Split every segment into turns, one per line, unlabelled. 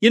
You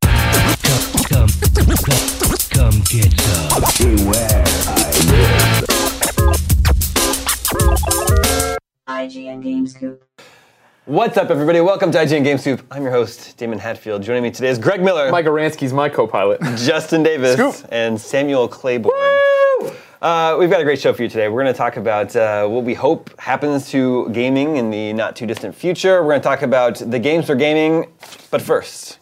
Come, come, come get some.
Beware, I will.
IGN Games Coop.
What's up, everybody? Welcome to IGN Game Soup. I'm your host, Damon Hatfield. Joining me today is Greg Miller,
Mike Aransky's my co-pilot.
Justin Davis,
Scoop.
and Samuel Claiborne. Uh, we've got a great show for you today. We're going to talk about uh, what we hope happens to gaming in the not too distant future. We're going to talk about the games for gaming, but first,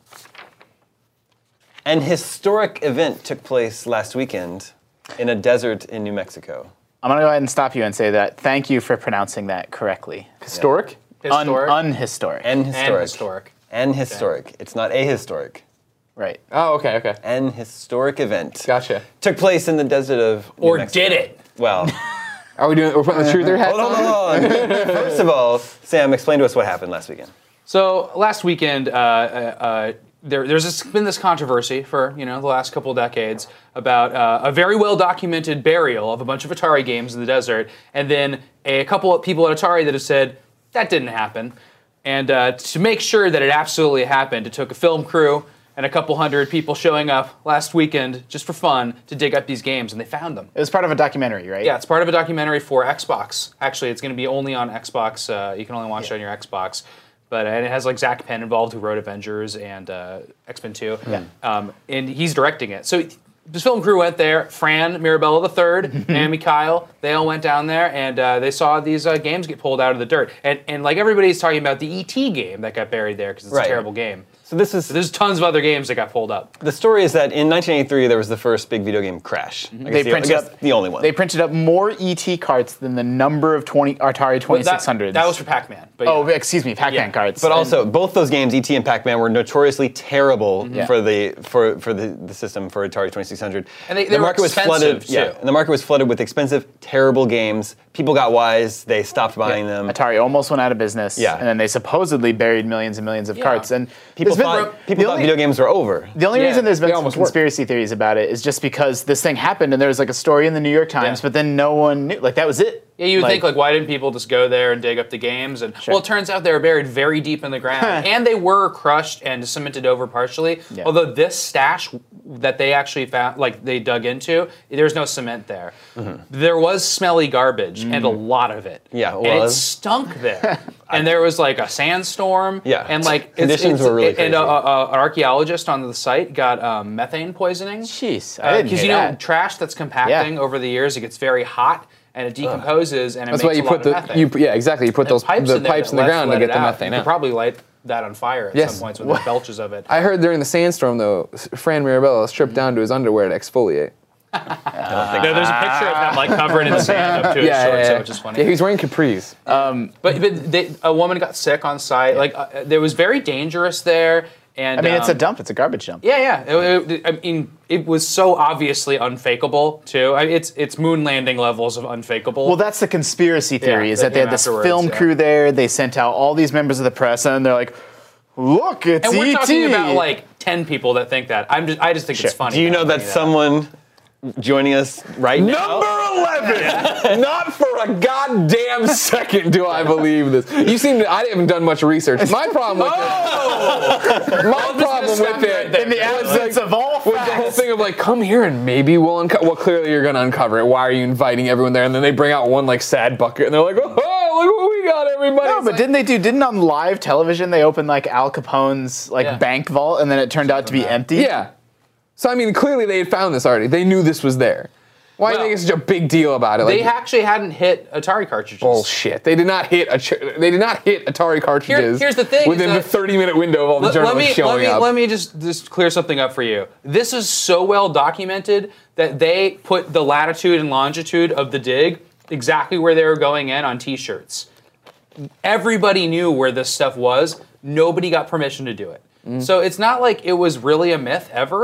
an historic event took place last weekend in a desert in New Mexico.
I'm gonna go ahead and stop you and say that. Thank you for pronouncing that correctly.
Historic.
Un- unhistoric.
And historic.
historic.
And historic. It's not ahistoric.
right.
Oh, okay, okay.
An historic event.
Gotcha.
took place in the desert of New
Or
Mexico.
did it?
Well,
Are we doing? We're putting the truther hat
hold on,
on.
hold on. First of all, Sam, explain to us what happened last weekend.
So last weekend, uh, uh, uh, there, there's this, been this controversy for you know the last couple decades about uh, a very well documented burial of a bunch of Atari games in the desert, and then a couple of people at Atari that have said that didn't happen. And uh, to make sure that it absolutely happened, it took a film crew and a couple hundred people showing up last weekend just for fun to dig up these games, and they found them.
It was part of a documentary, right?
Yeah, it's part of a documentary for Xbox. Actually, it's going to be only on Xbox. Uh, you can only watch it on your Xbox. But and it has like Zach Penn involved, who wrote Avengers and uh, X Men Two. Yeah. Um, and he's directing it. So this film crew went there. Fran Mirabella III, Naomi Kyle, they all went down there and uh, they saw these uh, games get pulled out of the dirt. And and like everybody's talking about the ET game that got buried there because it's
Right.
a terrible game.
So this is
There's tons of other games that got pulled up.
the story is that in 1983 there was the first big video game crash. I guess
They
the, I
printed-
guess the only one.
They printed up more ET cards than the number of 20 Atari
But that-
2600s.
That, was for Pac Man.
Oh, excuse me, Pac-Man
Yeah.
cards.
but also, both those games, ET and Pac-Man, were notoriously terrible
Yeah.
for the for, for the, the system for Atari 2600.
And they- they
the
were
market was flooded.
expensive, too.
Yeah, and the market was flooded with expensive, terrible games. People got wise. They stopped buying them.
um,
Atari almost went out of business.
Yeah.
And then they supposedly buried millions and millions of
Yeah.
cards. And
People
there's been-
thought, people
the
thought
only-
video games were over.
The only
Yeah,
reason there's
they
been some
almost work.
conspiracy theories about it is just because this thing happened and there was like a story in the New York Times,
Yeah.
but then no one knew. Like that was it.
Yeah, you would think like, why didn't people just go there and dig up the games? And well, it turns out they were buried very deep in the ground, and they were crushed and cemented over partially.
Yeah.
Although this stash that they actually found, like they dug into, there's no cement there. There was smelly garbage and a lot of it.
Mm-hmm. Mm. Yeah, it
and it
was.
stunk there. and there was like a sandstorm.
Yeah.
and like
Conditions were really crazy.
And a, a, a- an archaeologist on the site got um, methane poisoning.
Jeez, I didn't
Because
hear
you know,
that.
trash that's compacting over the years, it gets very hot and it decomposes and it
That's
makes
why you
a lot
put
of
the
methane.
you yeah exactly you put those
pipes
the
in there that
pipes in the
lets-
ground to
let
get
it
the
out.
methane
You could
out.
probably light that on fire at
Yes.
some points with the belches of it.
I heard during the sandstorm though, S- Fran Mirabella stripped down to his underwear to exfoliate.
No, there's a picture of him like covered in sand up to his
Uh,
shorts, which is funny.
Yeah, he was wearing capris.
Uh,
But, but they, a woman got sick on site. Like uh, uh, there was very dangerous there. And
I mean, it's a
um,
dump. It's a garbage dump.
Yeah, yeah. It- it- I mean, it was so obviously unfakeable too. I, it's it's moon landing levels of unfakeable.
Well, that's the conspiracy theory
Yeah,
is
they
that they
came
had this
afterwards,
film
yeah.
crew there. They sent out all these members of the press, and they're like, "Look, it's E
and we're
E
ET."
talking about like ten people that think that. I'm just I just think it's funny.
Do you know
I'm
that
bringing
someone joining us right now?
Number 11! Not for a goddamn second do I believe this. You seem to, I haven't done much research. My problem with
Oh!
it, my problem with it,
in the
was,
absence
like,
of all
was the whole
facts.
thing of like, come here and maybe we'll uncover. Well, clearly you're gonna uncover it. Why are you inviting everyone there? And then they bring out one like sad bucket and they're like, oh, look what we got, everybody.
No,
It's
but
like,
didn't they do? Didn't on live television they opened like Al Capone's like
Yeah.
bank vault, and then it turned out to be empty?
yeah. So I mean, clearly they had found this already. They knew this was there. Why
Well,
do you think it's such a big deal about it?
They
Like,
actually hadn't hit Atari cartridges.
Bullshit. They did not hit a. They did not hit Atari cartridges.
here's the thing, is
Within the
that-
30 minute window of all the
Let, let
journalists
me
showing
let me
up.
let me just just clear something up for you. This is so well documented that they put the latitude and longitude of the dig exactly where they were going in on T-shirts. Everybody knew where this stuff was. Nobody got permission to do it.
Mm.
So it's not like it was really a myth ever.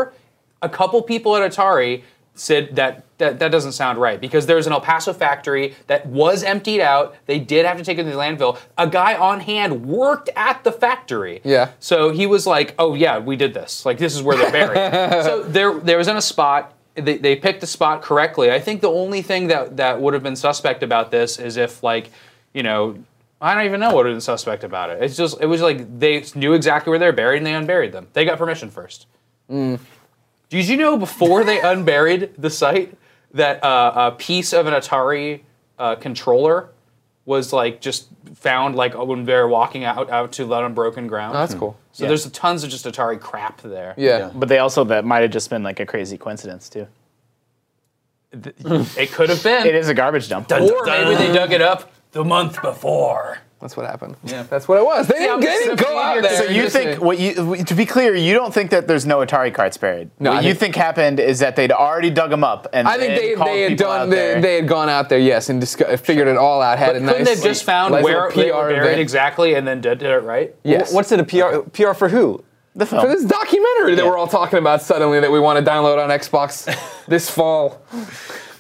A couple people at Atari said that, that that doesn't sound right because there's an El Paso factory that was emptied out. They did have to take it to the landfill. A guy on hand worked at the factory.
Yeah.
So he was like, "Oh yeah, we did this. Like this is where they're buried." so there, there was in a spot. They, they picked the spot correctly. I think the only thing that that would have been suspect about this is if like, you know, I don't even know what would have been suspect about it. It's just it was like they knew exactly where they were buried and they unburied them. They got permission first. Did you know before they unburied the site that uh, a piece of an Atari uh, controller was like just found like when they were walking out out to that unbroken ground?
Oh, that's cool.
So there's tons of just Atari crap there.
Yeah.
But they also that might have just been like a crazy coincidence too.
It could have been.
It is a garbage dump.
or maybe they dug it up the month before.
That's what happened. Yeah. That's what it was. They didn't,
but
they
it's
didn't
the
go
behavior-
out there.
So
Or
and
you
just
think
say-
what you to be clear, you don't think that there's no Atari carts buried.
No,
what
I
you
think-
think happened is that they'd already dug them up and
I think
then
they,
called
they had
people out
done they,
there.
they had gone out there yes and discuss, figured it all out had a
Couldn't
nice
they've just found
nice
where
little
they were
PR
buried
event.
exactly and then did, did it right?
yes
What's it a PR PR for who?
the film.
for this documentary that
Yeah.
we're all talking about suddenly that we want to download on Xbox this fall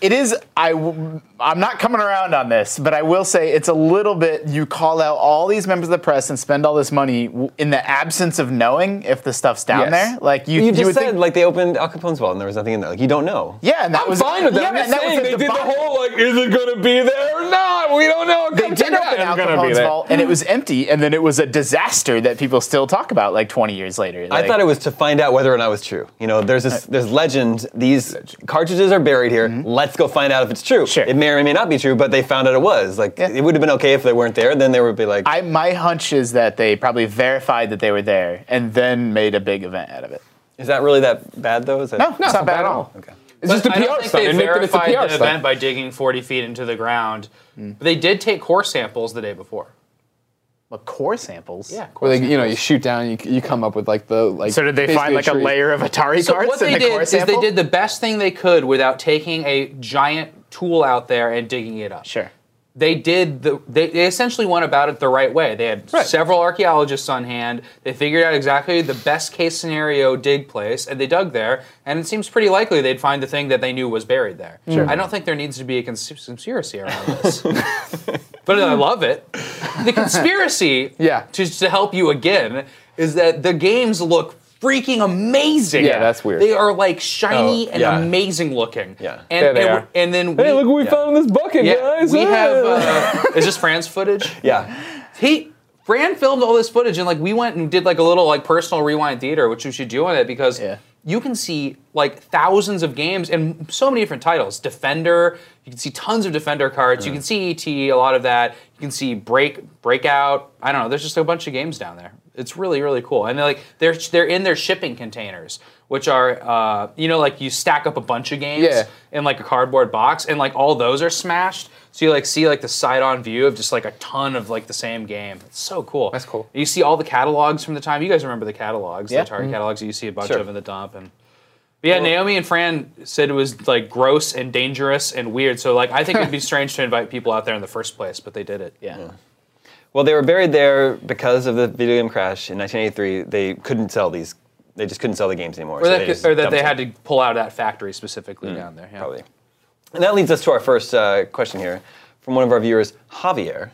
It is. I. w- I'm not coming around on this, but I will say it's a little bit. You call out all these members of the press and spend all this money w- in the absence of knowing if the stuff's down
Yes.
there. Like you,
You just
would
said
think.
like they opened Al Capone's vault and there was nothing in there. Like you don't know.
yeah, and that
I'm
was
fine with that
Yeah,
I'm just
and that was
saying
a
they did the
debacle.
whole like is it gonna be there or not we don't know
They
Come
did
check it out.
open
It's
Al
gonna be
Capone's
there.
vault, and it was empty, and then it was a disaster that people still talk about like 20 years later.
I thought it was to find out whether or not it was true. You know, there's this there's legend. These cartridges are buried here. Let's go find out if it's true.
Mm-hmm. Sure.
It may or may not be true, but they found out it was. Like
Yeah.
it would have been okay if they weren't there. Then they would be like,
I, my hunch is that they probably verified that they were there and then made a big event out of it.
Is that really that bad though? Is that
No, it's not bad at all.
Okay.
it's just a
But I don't
PR
think
stunt
they
and it's a
verified
PR
the event
stunt
by digging 40 feet into the ground. But they did take core samples the day before.
But core samples. Yeah.
where they you know you shoot down you, you come up with like the like
So did they
basically
find like a
tree.
layer of Atari
So
carts
what they
in the
did
core
is
sample?
they did the best thing they could without taking a giant tool out there and digging it up.
Sure.
They did the they, they essentially went about it the right way. They had several archaeologists on hand. They figured out exactly the best case scenario dig place and they dug there and it seems pretty likely they'd find the thing that they knew was buried there. Sure. I don't think there needs to be a cons- conspiracy around this. but I love it. The conspiracy
Yeah.
to, to help you again is that the games look freaking amazing.
Yeah, that's weird.
They are like shiny
Oh,
and
yeah.
amazing looking.
Yeah.
and,
Yeah, they
and,
are.
we- and then we,
Hey, look what we found in this bucket,
yeah,
guys!
we
Ah.
have. Uh, is this Fran's footage?
Yeah.
He Fran filmed all this footage and like we went and did like a little like personal rewind theater, which you should do on it because
Yeah.
you can see like thousands of games and so many different titles. Defender, you can see tons of Defender cards. You can E see ET, a lot of that. You can see Break Breakout. I don't know. There's just a bunch of games down there. It's really really cool, and they're like they're they're in their shipping containers, which are uh, you know like you stack up a bunch of games
Yeah.
in like a cardboard box, and like all those are smashed. So you like see like the side on view of just like a ton of like the same game. It's so cool.
That's cool.
You see all the catalogs from the time. You guys remember the catalogs,
Yeah.
the Atari catalogs that you see a bunch
Sure.
of in the dump and. But yeah, Naomi and Fran said it was like gross and dangerous and weird. So like I think it'd be strange to invite people out there in the first place, but they did it. Yeah.
Well, they were buried there because of the video game crash in 1983. They couldn't sell these. They just couldn't sell the games anymore.
Or
so
that,
just
or that they
dumped
had
them,
to pull out of that factory specifically down there. Yeah.
probably. And that leads us to our first uh, question here from one of our viewers, Javier.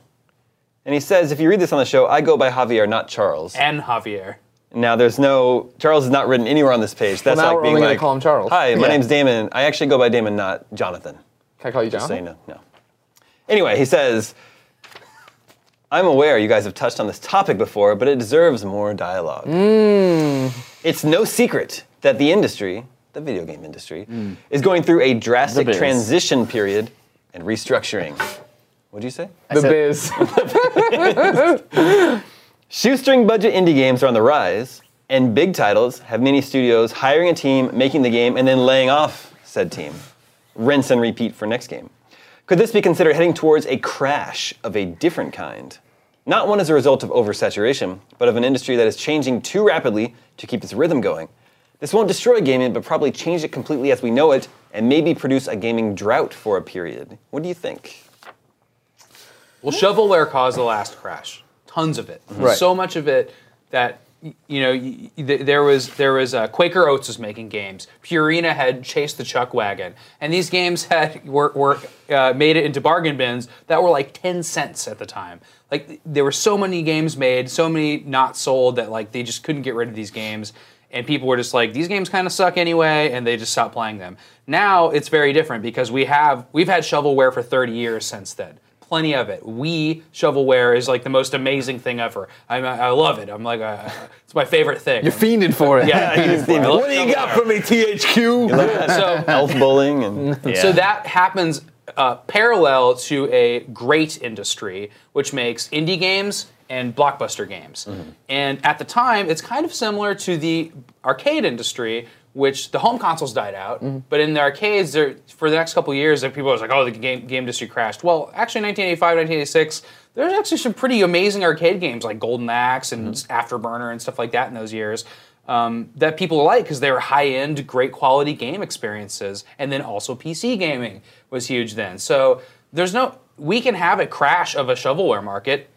And he says, if you read this on the show, I go by Javier, not Charles.
And Javier.
Now, there's no Charles is not written anywhere on this page. That's
now
like
we're
being
only gonna
like,
call him Charles.
Hi, my
Yeah.
name's Damon. I actually go by Damon, not Jonathan.
Can I call you John?
Just so you know, no. Anyway, he says, I'm aware you guys have touched on this topic before, but it deserves more dialogue. It's no secret that the industry, the video game industry, is going through a drastic
biz.
transition period and restructuring. What'd you say?
The
said-
biz.
Shoestring budget indie games are on the rise, and big titles have many studios hiring a team, making the game, and then laying off said team. Rinse and repeat for next game. Could this be considered heading towards a crash of a different kind? Not one as a result of oversaturation, but of an industry that is changing too rapidly to keep its rhythm going. This won't destroy gaming, but probably change it completely as we know it, and maybe produce a gaming drought for a period. What do you think?
Well, shovelware caused the last crash. Tons of it.
Right.
So much of it that y- you know y- y- th- there was there was uh, Quaker Oats was making games. Purina had chased the chuck wagon, and these games had were, were uh, made it into bargain bins that were like ten cents at the time. Like th- there were so many games made, so many not sold that like they just couldn't get rid of these games. And people were just like, these games kind of suck anyway, and they just stopped playing them. Now it's very different because we have we've had shovelware for 30 years since then plenty of it. We shovelware is like the most amazing thing ever. I, I love it. I'm like, uh, it's my favorite thing.
You're fiending for it.
yeah, I love
What do you got
shovelware.
for me, THQ?
So,
Elf bowling and
so that happens uh, parallel to a great industry, which makes indie games and blockbuster games. And at the time, it's kind of similar to the arcade industry, which the home consoles died out. But in the arcades, there, for the next couple of years, people was like, "Oh, the game, game industry crashed." Well, actually, 1985, 1986. There's actually some pretty amazing arcade games like Golden Axe and Afterburner and stuff like that in those years um, that people like because they were high-end, great quality game experiences, and then also PC gaming was huge then. So there's no we can have a crash of a shovelware market.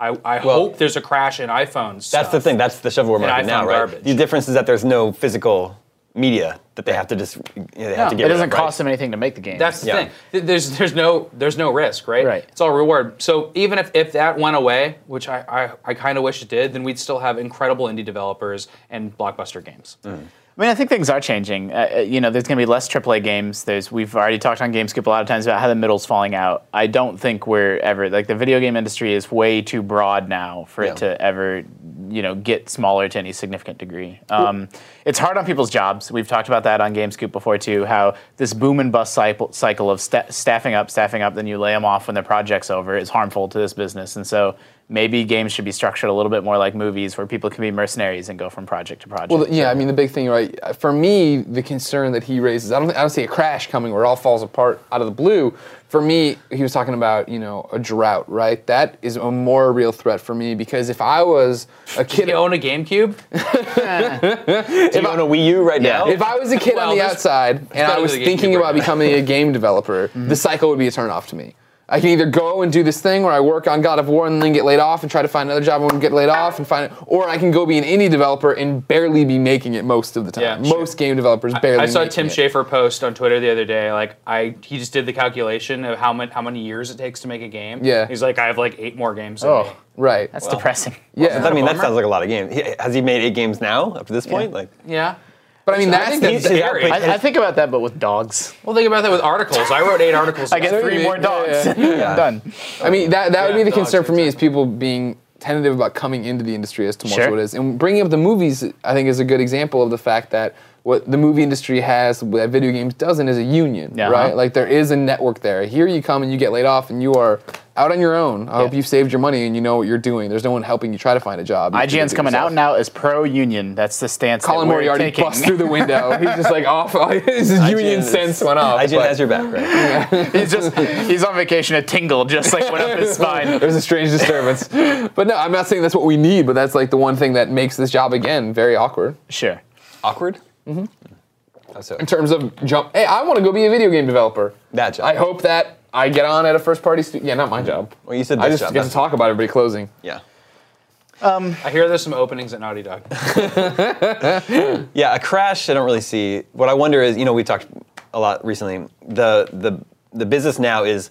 I, I hope there's a crash in iPhones.
That's the thing. That's the shovelware market
iPhone
now, right?
garbage.
The difference is that there's no physical media that they have to just you know, they have
No,
to
it
get.
It
rid
doesn't
of,
cost
right?
them anything to make the game.
That's the
Yeah.
thing. Th- There's there's no there's no risk, right?
Right.
It's all reward. So even if, if that went away, which I I, I kind of wish it did, then we'd still have incredible indie developers and blockbuster games.
Mm.
I mean, I think things are changing. Uh, uh, you know, there's going to be less AAA games. There's we've already talked on GameScoop a lot of times about how the middle's falling out. I don't think we're ever like the video game industry is way too broad now for
Yeah.
it to ever, you know, get smaller to any significant degree. Um, it's hard on people's jobs. We've talked about that on GameScoop before too. How this boom and bust cycle, cycle of sta- staffing up, staffing up, then you lay them off when their project's over is harmful to this business. And so maybe games should be structured a little bit more like movies, where people can be mercenaries and go from project to project.
Well, yeah, I mean the big thing, right? For me, the concern that he raises, I don't, I don't see a crash coming where it all falls apart out of the blue. For me, he was talking about, you know, a drought, right? That is a more real threat for me because if I was a kid,
You own a GameCube?
Do you own a Wii U right now?
Oh.
if I was a kid
Well,
on the
there's-
outside and I
better
was
than a Mm-hmm.
thinking
GameCube
about
right now.
becoming a game developer, the cycle would be a turnoff to me. I can either go and do this thing where I work on God of War and then get laid off and try to find another job and get laid off and find it, or I can go be an indie developer and barely be making it most of the time.
Yeah, sure.
most game developers barely.
I saw
making
Tim
it.
Schafer post on Twitter the other day. Like, I he just did the calculation of how many how many years it takes to make a game.
Yeah.
he's like, I have like eight more games. in me."
oh,
Right.
that's depressing.
yeah.
I mean, that
Bummer.
sounds like a lot of games. He- Has he made eight games now up to this point? Like,
yeah.
But I mean,
I
that's
think
the,
that's
he's- he's
scary.
output-
I, I think about that, but with dogs.
Well, think about that with articles. I wrote eight articles.
I get
about it.
three more
Yeah,
dogs.
yeah.
Yeah.
Done.
I mean, that, that would
Yeah,
be the
dogs,
concern for me is people being tentative about coming into the industry as to more
Sure.
so it is. And bringing up the movies, I think, is a good example of the fact that what the movie industry has that video games doesn't is a union,
Yeah.
right? Like there is a network there. Here you come and you get laid off and you are out on your own. I hope you've saved your money and you know what you're doing. There's no one helping you try to find a job. You have to do
IGN's
it
coming
yourself.
out now as pro-union. That's the stance. that
Colin
we're
Moriarty
taking.
busts through the window. He's just like off. His union
is-
sense went off.
IGN
but
has your back, right?
he's just he's on vacation. A tingle just like went up his spine.
There's a strange disturbance. but no, I'm not saying that's what we need, but that's like the one thing that makes this job again very awkward.
Sure.
Awkward. Mm-hmm. So
In terms of jump, hey, I want to go be a video game developer.
that job.
I hope that I get on at a first party studio. Yeah, not my job.
Well, you said
I
this
just
job,
get
that's-
to talk about everybody closing.
yeah.
I hear there's some openings at Naughty Dog.
Yeah, a crash. I don't really see. What I wonder is, you know, we talked a lot recently. The the the business now is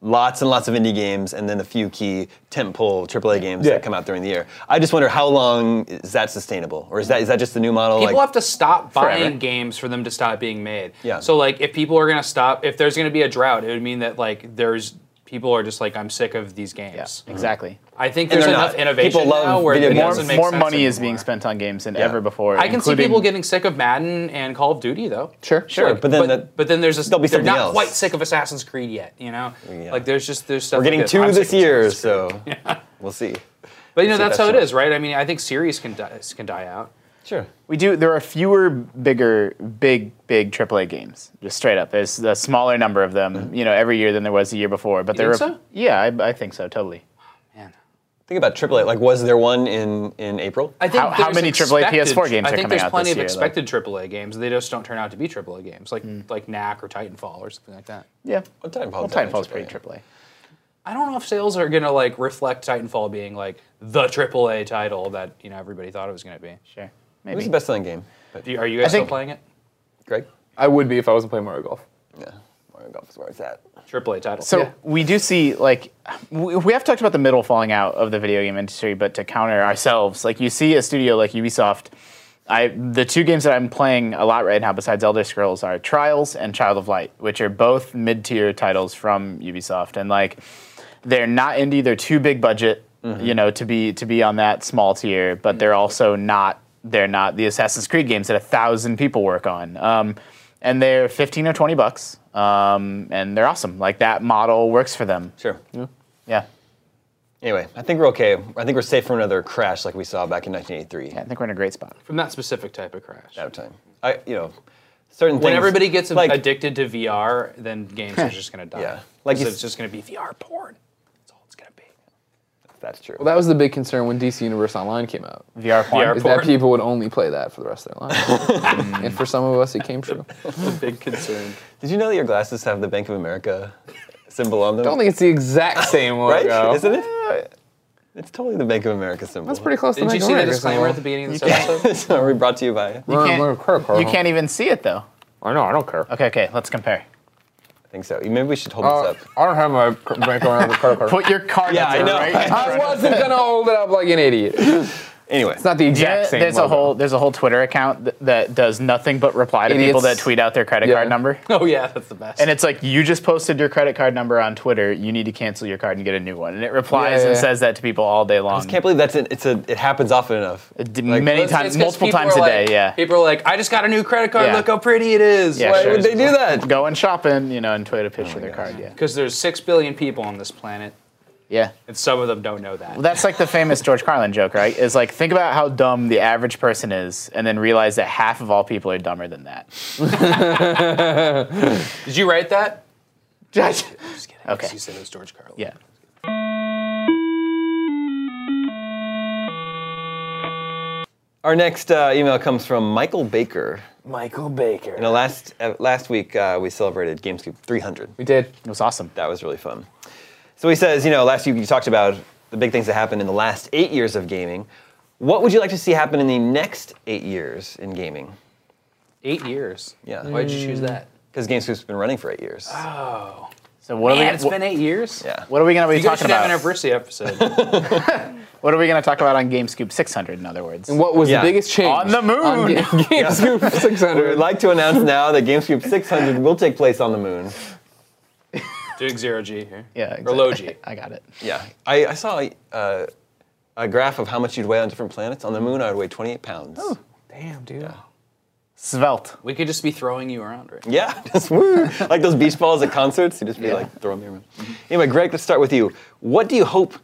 lots and lots of indie games, and then a few key tentpole AAA games
Yeah.
that come out during the year. I just wonder how long is that sustainable, or is that is that just the new model?
People
like,
have to stop buying
Forever.
games for them to stop being made.
Yeah.
So like, if people are gonna stop, if there's gonna be a drought, it would mean that like there's people are just like, I'm sick of these games.
Yeah. Exactly.
I think
And
there's
they're
enough
not.
innovation
People love
now where
video
it
games.
More,
doesn't make
more
sense
money is
anymore.
being spent on games than
Yeah.
ever before.
I can see
including-
people getting sick of Madden and Call of Duty though.
Sure.
Sure, but then
but,
that-
but then there's this,
there'll be
they're
something
not
else.
quite sick of Assassin's Creed yet, you know?
Yeah.
Like there's just there's stuff
we're getting
like
two
I'm sick
this
of Assassin's
year,
Creed.
so we'll see.
But you know
See,
that's
that's
how it
true.
is, right? I mean, I think series can die, can die out.
Sure.
We do. There are fewer, bigger, big, big AAA games. Just straight up, there's a smaller number of them. You know, every year than there was the year before. But there
think
are.
so?
Yeah, I, I think so. Totally.
Man.
Think about AAA. Like, was there one in in April?
I think
How- how
there's
many AAA PS4 games
I
are
think
coming
there's
out
plenty
this year,
of
though?
expected AAA games. They just don't turn out to be AAA games, like like Knack or Titanfall or something like that.
Yeah.
Well, Titanfall's
Well,
definitely
Titanfall's pretty
AAA.
AAA.
I don't know if sales are gonna like reflect Titanfall being like the AAA title that you know everybody thought it was gonna be.
Sure.
It was
Maybe.
the best selling game. But
Do you- Are you guys still
think-
playing it?
Greg,
I would be if I wasn't playing Mario Golf.
yeah, Mario Golf is where it's at.
AAA title.
So
Yeah.
we do see like we we have talked about the middle falling out of the video game industry, but to counter ourselves, like you see a studio like Ubisoft. I the two games that I'm playing a lot right now, besides Elder Scrolls, are Trials and Child of Light, which are both mid-tier titles from Ubisoft, and like they're not indie; they're too big budget,
Mm-hmm.
you know, to be to be on that small tier. But they're also not they're not the Assassin's Creed games that a thousand people work on. Um, and they're 15 or 20 bucks um, and they're awesome like that model works for them
Sure.
yeah
Anyway, I think we're okay. I think we're safe from another crash like we saw back in 1983.
i think we're in a great spot
From that specific type of crash.
out of time. I, you know, certain things.
When everybody gets
like,
addicted to VR, then games are just gonna die.
Yeah. Like
like
you s-
it's just gonna be VR porn. That's all it's gonna be.
That's true.
Well, that was the big concern when DC Universe Online came out.
vr porn
VR
Is
Porn.
that people would only play that for the rest of their lives. and for some of us, it came true.
Big concern.
Did you know that your glasses have the Bank of America symbol on them?
I don't think it's the exact same
right?
logo.
Isn't it? It's totally the Bank of America symbol.
That's pretty close to
Didn't you
Bank of
see the
America
disclaimer at the
symbol.
beginning of this episode?
so are we brought to you by? I
you,
We're on a credit
can't,
card,
you
huh?
can't even see it though
I know. I don't care.
okay okay let's compare
think so. Maybe we should hold
Uh,
this up.
I don't have my cr- Bank of America credit card.
put your card
Yeah,
up there,
I know.
right
I wasn't gonna hold it up like an idiot. It's
Anyway,
not the exact
Yeah,
same.
there's a
logo.
whole there's a whole Twitter account that, that does nothing but reply to people that
Idiots.
tweet out their credit
Yeah.
card number,
Oh yeah, that's the best.
and it's like you just posted your credit card number on Twitter. You need to cancel your card and get a new one, and it replies
Yeah, yeah,
and
yeah.
says that to people all day long.
I can't believe that's an, it's a it happens often enough.
It did many
It's-
times,
it's 'cause
multiple
people
times
are
a
like-
day. Yeah,
People are like, I just got a new credit card.
Yeah.
Look how pretty it is.
Yeah,
Why
sure.
would they do that?
going shopping, you know, and Twitter
Oh
picture their card. Yeah.
Because there's six billion people on this planet,
Yeah.
and some of them don't know that.
Well, that's like the famous George Carlin joke, right? Is like, think about how dumb the average person is, and then realize that half of all people are dumber than that.
Did you write that? Just kidding.
Okay.
You said it was George Carlin.
Yeah.
Our next uh, email comes from Michael Baker.
Michael Baker.
You know, last uh, last week uh, we celebrated GameScoop 300.
we did.
It was awesome.
that was really fun. So he says, you know, last week you talked about the big things that happened in the last eight years of gaming. What would you like to see happen in the next eight years in gaming?
Eight years.
Yeah.
Why did you choose that?
Because GameScoop's been running for eight years.
So what
Man,
are
it's
we?
been eight years.
yeah.
what are we going to be
You guys
talking
should have an
about?
anniversary episode.
What are we going to talk about on GameScoop 600? In other words,
What was
Yeah.
the biggest change?
On the moon.
Ga- GameScoop
We would
600.
like to announce now that GameScoop 600 will take place on the moon.
Doing zero G here.
yeah,
Or low G.
I got it.
Yeah. I, I saw uh, Oh. a graph of how much you'd weigh on different planets. On the moon, I would weigh 28 pounds.
Damn, dude.
Svelte.
We could just be throwing you around right now.
Yeah, just woo. like those beach balls at concerts. You just be like throwing them around. Anyway, Greg, let's start with you. What do you hope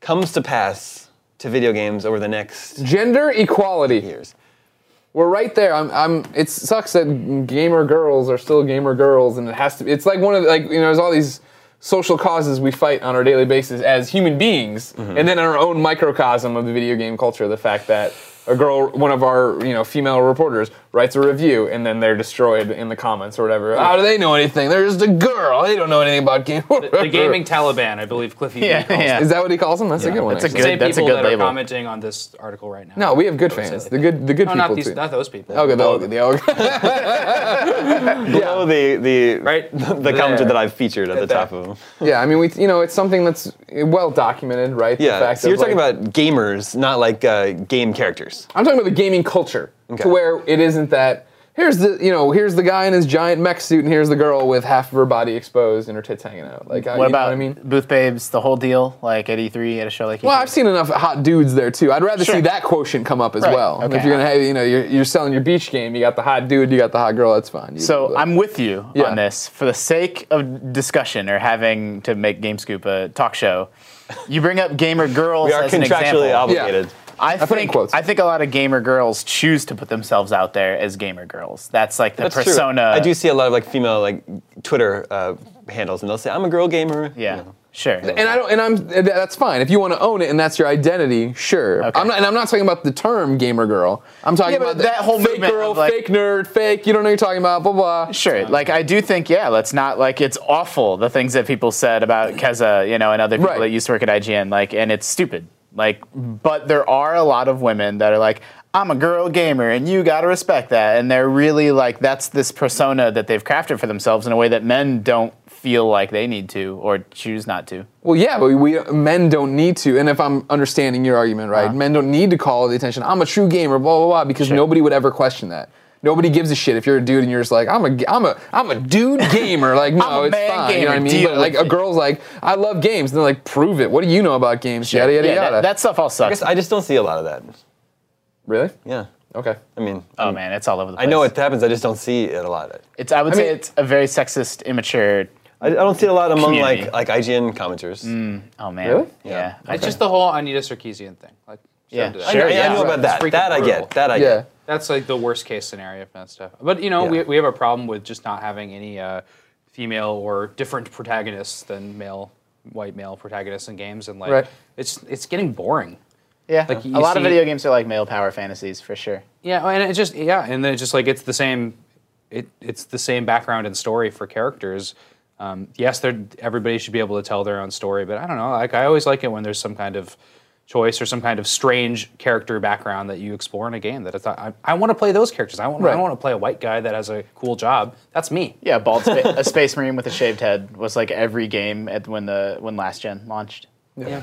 comes to pass to video games over the next
Gender equality.
years?
We're right there. I'm. I'm. It sucks that gamer girls are still gamer girls, and it has to. It's like one of the, like you know. There's all these social causes we fight on our daily basis as human beings,
Mm-hmm.
and then our own microcosm of the video game culture. The fact that a girl, one of our you know female reporters, writes a review, and then they're destroyed in the comments or whatever. How do they know anything? They're just a girl. They don't know anything about game.
The gaming Taliban, I believe Cliffy. B
Yeah,
calls
yeah.
them.
Is that what he calls them? That's a good one.
That's a
actually.
The same
Good, that's a
people
good
that
label.
are commenting on this article right now.
No, we have good
Those
fans.
that-
The good. The good
No,
people.
not these,
tweet.
not those people.
Oh,
Okay, the, the, okay.
Below the the
Right
the commenter
there.
that I've featured at the
there.
top of them.
yeah, I mean, we, you know, it's something that's eh, well documented, right? The
Yeah,
fact
so you're
of, like-
talking about gamers, not like uh, game characters.
I'm talking about the gaming culture,
Okay.
to where it isn't that here's the you know here's the guy in his giant mech suit and here's the girl with half of her body exposed and her tits hanging out. Like, I, you know
What about
I mean?
Booth Babes, the whole deal, like at E3, at a show like E E3?
Well, I've seen enough hot dudes there too. I'd rather see
Sure.
that quotient come up as
Right,
well.
okay.
If you're gonna have, you know, you're, you're selling your beach game, you got the hot dude, you got the hot girl. That's fine. You-
So I'm with you
Yeah.
on this. For the sake of discussion or having to make GameScoop a talk show, you bring up gamer girls
We are
as an
contractually
example.
obligated.
I
put in
think
quotes.
I think a lot of gamer girls choose to put themselves out there as gamer girls. That's like the
That's
persona.
True. I do see a lot of like female like Twitter uh, handles, and they'll say, "I'm a girl gamer."
Yeah,
You know.
sure.
and I don't, and I'm and that's fine. If you want to own it and that's your identity, sure.
Okay.
I'm not, and I'm not talking about the term gamer girl. I'm talking
Yeah, but
about the
that whole
fake
movement
girl,
of, like-
fake nerd, fake. You don't know what you're talking about. Blah blah.
Sure. Like I do think, yeah, let's not like it's awful the things that people said about Keza, you know, and other people
Right.
that used to work at IGN, like, and it's stupid. Like, but there are a lot of women that are like, I'm a girl gamer, and you gotta respect that. And they're really like, that's this persona that they've crafted for themselves in a way that men don't feel like they need to or choose not to.
Well, yeah, but we men don't need to. And if I'm understanding your argument
Uh-huh.
right, men don't need to call the attention. I'm a true gamer, blah blah blah, because nobody would ever question that. Nobody gives a shit if you're a dude and you're just like I'm a I'm a I'm a dude gamer. Like no,
I'm a
it's
man
fine. you know what I
gamer,
mean?
deal
But like
with
a
it.
girl's like I love games, and they're like prove it. What do you know about games? Yada yada
yeah, that-
yada.
That, stuff all
I
sucks.
guess I just don't see a lot of that.
really
Yeah.
okay.
I mean,
oh man, it's all over the
I
place.
know it happens. I just don't see it a lot.
It's. I would say
mean-
it's a very sexist, immature.
I, I don't see it a lot among
Community.
like like IGN commenters.
Oh man.
Really?
Yeah. I
It's just the whole Anita Sarkeesian thing. Like,
Yeah,
sure.
I,
sure,
know- I
yeah.
know about that.
It's freaking
That I
brutal.
get. That I
Yeah.
get.
That's like the worst case scenario for that stuff. But you know, we,
Yeah.
we have a problem with just not having any uh, female or different protagonists than male white male protagonists in games, and like
Right.
it's it's getting boring.
Yeah,
Like, you
a lot of
see-
video games are like male power fantasies for sure.
Yeah, and it just yeah, and then it's just like it's the same, it it's the same background and story for characters. Um, yes, they're, everybody should be able to tell their own story, but I don't know. Like I always like it when there's some kind of choice or some kind of strange character background that you explore in a game. That it's not, I, I want to play those characters. I want I
Right.
want to play a white guy that has a cool job. That's me.
Yeah, bald spa- a space marine with a shaved head was like every game at when the when last gen launched.
Yeah.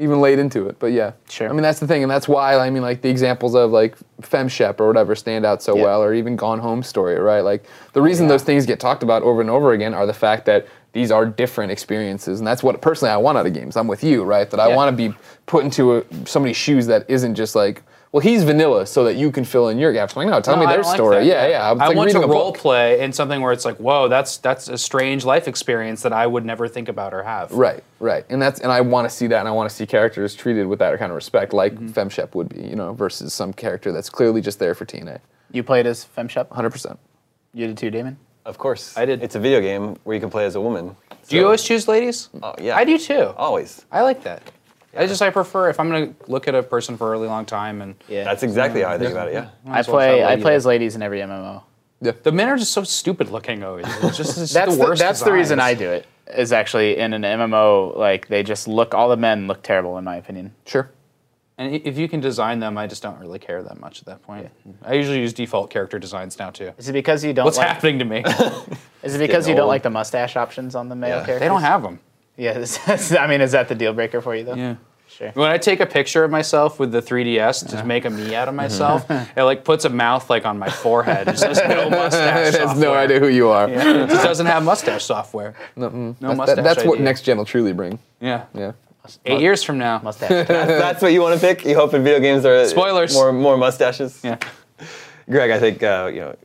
even late into it. But yeah,
Sure.
I mean, that's the thing, and that's why I mean, like the examples of like FemShep or whatever stand out so
Yeah.
well, or even Gone Home Story, right? Like the reason those things get talked about over and over again are the fact that these are different experiences, and that's what personally I want out of games. I'm with you, right? That I
Yeah.
want to be put into a, somebody's shoes that isn't just like. Well, he's vanilla, so that you can fill in your gaps. I'm like, no, tell me
No, I
their
don't like
story.
that.
yeah, yeah. It's
I
like
want to
reading a
role
book.
play in something where it's like, whoa, that's that's a strange life experience that I would never think about or have.
Right, right, and that's and I want to see that, and I want to see characters treated with that kind of respect, like
Mm-hmm.
FemShep would be, you know, versus some character that's clearly just there for TNA.
You played as FemShep?
Hundred percent.
You did too, Damon?
Of course.
I did.
It's a video game where you can play as a woman.
Do you always choose ladies?
Uh,
Oh, yeah.
I do too.
Always.
I like that. I just I prefer if I'm gonna look at a person for a really long time and
Yeah.
That's exactly how I think about it. Yeah.
I
as well try
play
to
I
lead
play
it.
as ladies in every MMO.
the men are just so stupid looking always. It's just it's
That's
the worst.
that's the reason I
designs.
do it. Is actually in an MMO like they just look all the men look terrible in my opinion.
Sure.
And i- if you can design them, I just don't really care that much at that point. I usually use default character designs now too.
Is it because you don't
What's
like
happening to me?
is it because
Getting
you don't
old.
like the mustache options on the male
Yeah.
characters?
they don't have them.
Yeah, this- that's- I mean is that the deal breaker for you though?
Yeah.
Sure.
When I take a picture of myself with the 3DS to make a me out of myself, it like puts a mouth like on my forehead. It says no mustache.
It has no
software.
idea who you are.
It just doesn't have mustache software. No,
That-
mustache.
that's what
idea.
next gen will truly bring.
Yeah.
Yeah.
Eight years from now.
Mustache.
That's what you want to pick. You hope in video games there are
Spoilers.
More more mustaches.
Yeah.
Greg, I think uh, you know,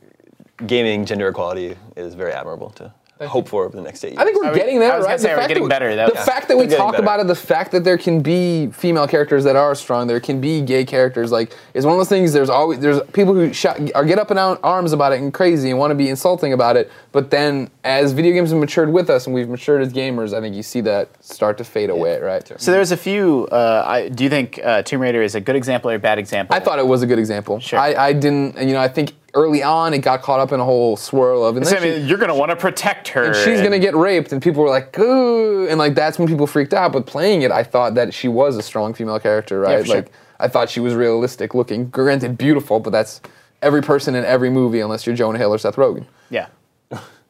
gaming gender equality is very admirable to hope for over the next eight years.
I think we're
Are we-
getting there,
I was gonna
right?
say,
The
we're
fact
getting
that we-
better, though.
The
Yeah.
fact that we
We're getting
talk
better.
about it, the fact that there can be female characters that are strong, there can be gay characters, like is one of those things. There's always there's people who shot, are get up in ar- arms about it and crazy and want to be insulting about it, but then as video games have matured with us and we've matured as gamers, I think you see that start to fade away, right?
So there's a few. Uh, I, do you think uh, Tomb Raider is a good example or a bad example?
I thought it was a good example.
Sure.
I, I didn't, you know, I think early on it got caught up in a whole swirl of. And
So, I
then she-
mean, you're gonna want to protect her.
and she's gonna
and-
get raped, and people were like, "Ooh," and like that's when people freaked out. But playing it, I thought that she was a strong female character, right?
for sure.
Like I thought she was realistic looking, granted beautiful, but that's every person in every movie, unless you're Jonah Hill or Seth Rogen.
Yeah.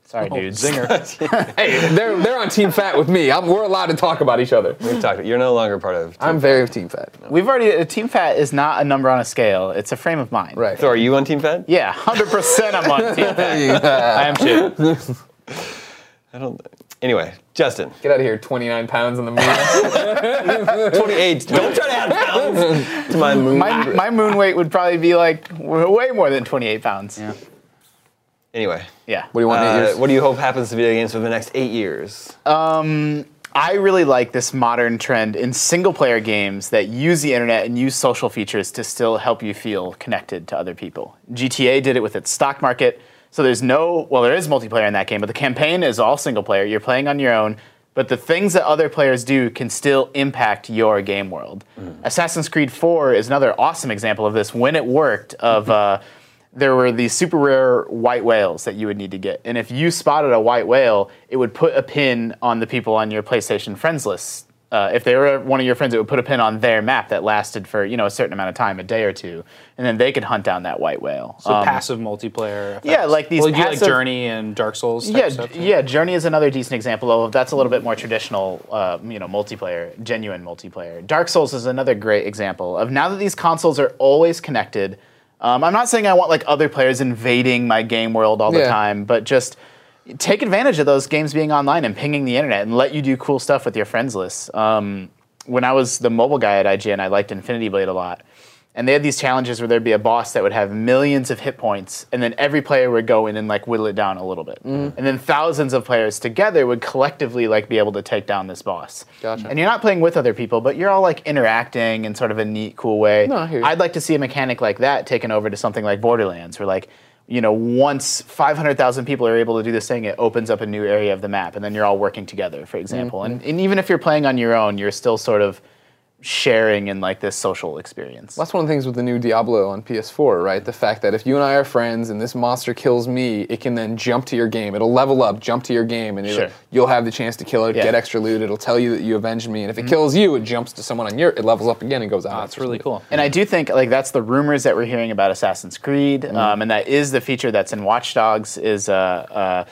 Sorry,
Oh,
dudes.
Hey, they're they're on Team Fat with me. I'm, we're allowed to talk about each other.
We've talked. You're no longer part of.
I'm very Team Fat.
We've already. uh, Team Fat is not a number on a scale. It's a frame of mind.
Right.
so are you on Team Fed?
Yeah, hundred percent. I'm on Team Fat.
Get
I am too.
I don't. Anyway, Justin,
out of here, 29 pounds in the moon.
28. don't try to add pounds to my moon.
My, my moon weight would probably be like w- way more than 28 pounds. Yeah.
anyway,
Yeah.
what do you want?
uh,
eight years?
what do you hope happens to video games over the next eight years?
I really like this modern trend in single player games that use the internet and use social features to still help you feel connected to other people. GTA did it with its stock market. So there's no, well, there is multiplayer in that game, but the campaign is all single player. You're playing on your own, but the things that other players do can still impact your game world. Assassin's Creed 4 is another awesome example of this when it worked, of. Uh, there were these super rare white whales that you would need to get. And if you spotted a white whale, it would put a pin on the people on your PlayStation friends list. Uh, if they were one of your friends, it would put a pin on their map that lasted for you know a certain amount of time, a day or two, and then they could hunt down that white whale.
So
Um,
passive multiplayer. Effects.
yeah, like these
Well, you
passive-
like Journey and Dark Souls. Type
yeah,
stuff.
yeah. Journey is another decent example of that's a little bit more traditional, uh, you know, multiplayer, genuine multiplayer. Dark Souls is another great example of now that these consoles are always connected. Um, I'm not saying I want like other players invading my game world all the
Yeah.
time, but just take advantage of those games being online and pinging the internet and let you do cool stuff with your friends list. Um, when I was the mobile guy at IGN, I liked Infinity Blade a lot. And they had these challenges where there'd be a boss that would have millions of hit points, and then every player would go in and like whittle it down a little bit.
Mm-hmm.
And then thousands of players together would collectively like be able to take down this boss.
Gotcha.
And you're not playing with other people, but you're all like interacting in sort of a neat, cool way.
No, I hear you.
I'd like to see a mechanic like that taken over to something like Borderlands, where like you know once 500,000 people are able to do this thing, it opens up a new area of the map, and then you're all working together, for example. And, and even if you're playing on your own, you're still sort of sharing in like this social experience.
That's one of the things with the new Diablo on PS4, right? The fact that if you and I are friends and this monster kills me, it can then jump to your game. It'll level up, jump to your game, and it'll-
Sure.
you'll have the chance to kill it,
Yeah.
get extra loot. It'll tell you that you avenged me, and if it kills you, it jumps to someone on your. It levels up again and goes out.
Mm-hmm. that's really cool.
And I do think like that's the rumors that we're hearing about Assassin's Creed, um, and that is the feature that's in Watch Dogs. Is uh, uh,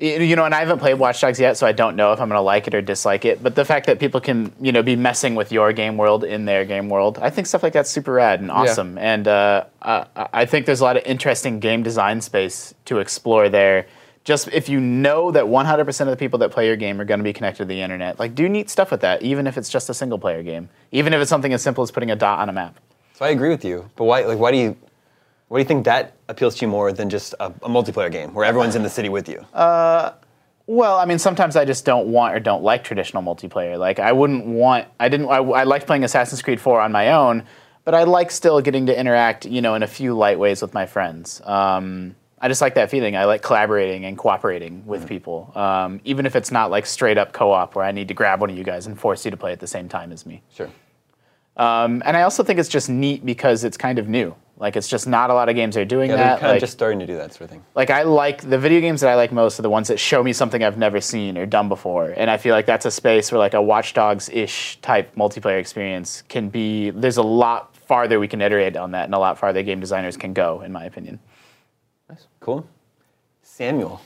y- you know, and I haven't played Watch Dogs yet, so I don't know if I'm going to like it or dislike it. But the fact that people can you know be messing with your game world in their game world, I think stuff like that's super rad and awesome. And uh, I, I think there's a lot of interesting game design space to explore there. Just if you know that 100% of the people that play your game are going to be connected to the internet, like do neat stuff with that, even if it's just a single player game, even if it's something as simple as putting a dot on a map.
So I agree with you, but why? Like, why do you? Why do you think that appeals to you more than just a, a multiplayer game where everyone's in the city with you?
Well, I mean, sometimes I just don't want or don't like traditional multiplayer. Like, I wouldn't want. I didn't. I, I liked playing Assassin's Creed 4 on my own, but I like still getting to interact, you know, in a few light ways with my friends. Um, I just like that feeling. I like collaborating and cooperating
Mm-hmm.
with people, um, even if it's not like straight up co-op where I need to grab one of you guys and force you to play at the same time as me.
sure.
Um, and I also think it's just neat because it's kind of new. Like, it's just not a lot of games are doing
Yeah, they're
that.
kind of
like-
just starting to do that sort of thing.
like I like the video games that I like most are the ones that show me something I've never seen or done before, and I feel like that's a space where like a Watch Dogs ish type multiplayer experience can be. There's a lot farther we can iterate on that, and a lot farther game designers can go, in my opinion.
Cool. Samuel.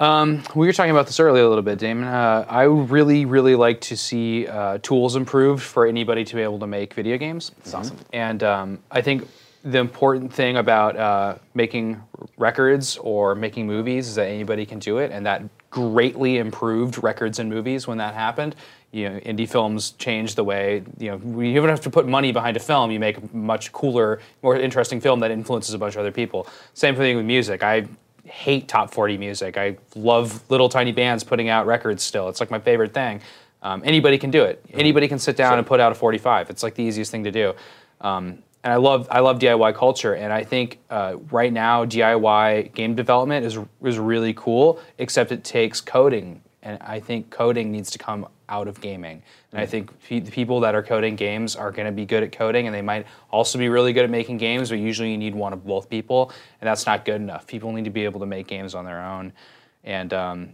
we were talking about this earlier a little bit, Damon. Uh, I really, really like to see uh, tools improved for anybody to be able to make video games. That's awesome. And um, I think the important thing about uh, making records or making movies is that anybody can do it, and that greatly improved records and movies when that happened. You know, indie films changed the way you know we- you don't have to put money behind a film. You make a much cooler, more interesting film that influences a bunch of other people. Same thing with music. I hate top 40 music. I love little tiny bands putting out records still. It's like my favorite thing. Um, anybody can do it. Anybody can sit down and put out a 45. It's like the easiest thing to do. Um, and I love I love DIY culture, and I think uh, right now DIY game development is is really cool. Except it takes coding, and I think coding needs to come out of gaming. And
Mm.
I think pe- the people that are coding games are going to be good at coding, and they might also be really good at making games. But usually, you need one of both people, and that's not good enough. People need to be able to make games on their own, and um,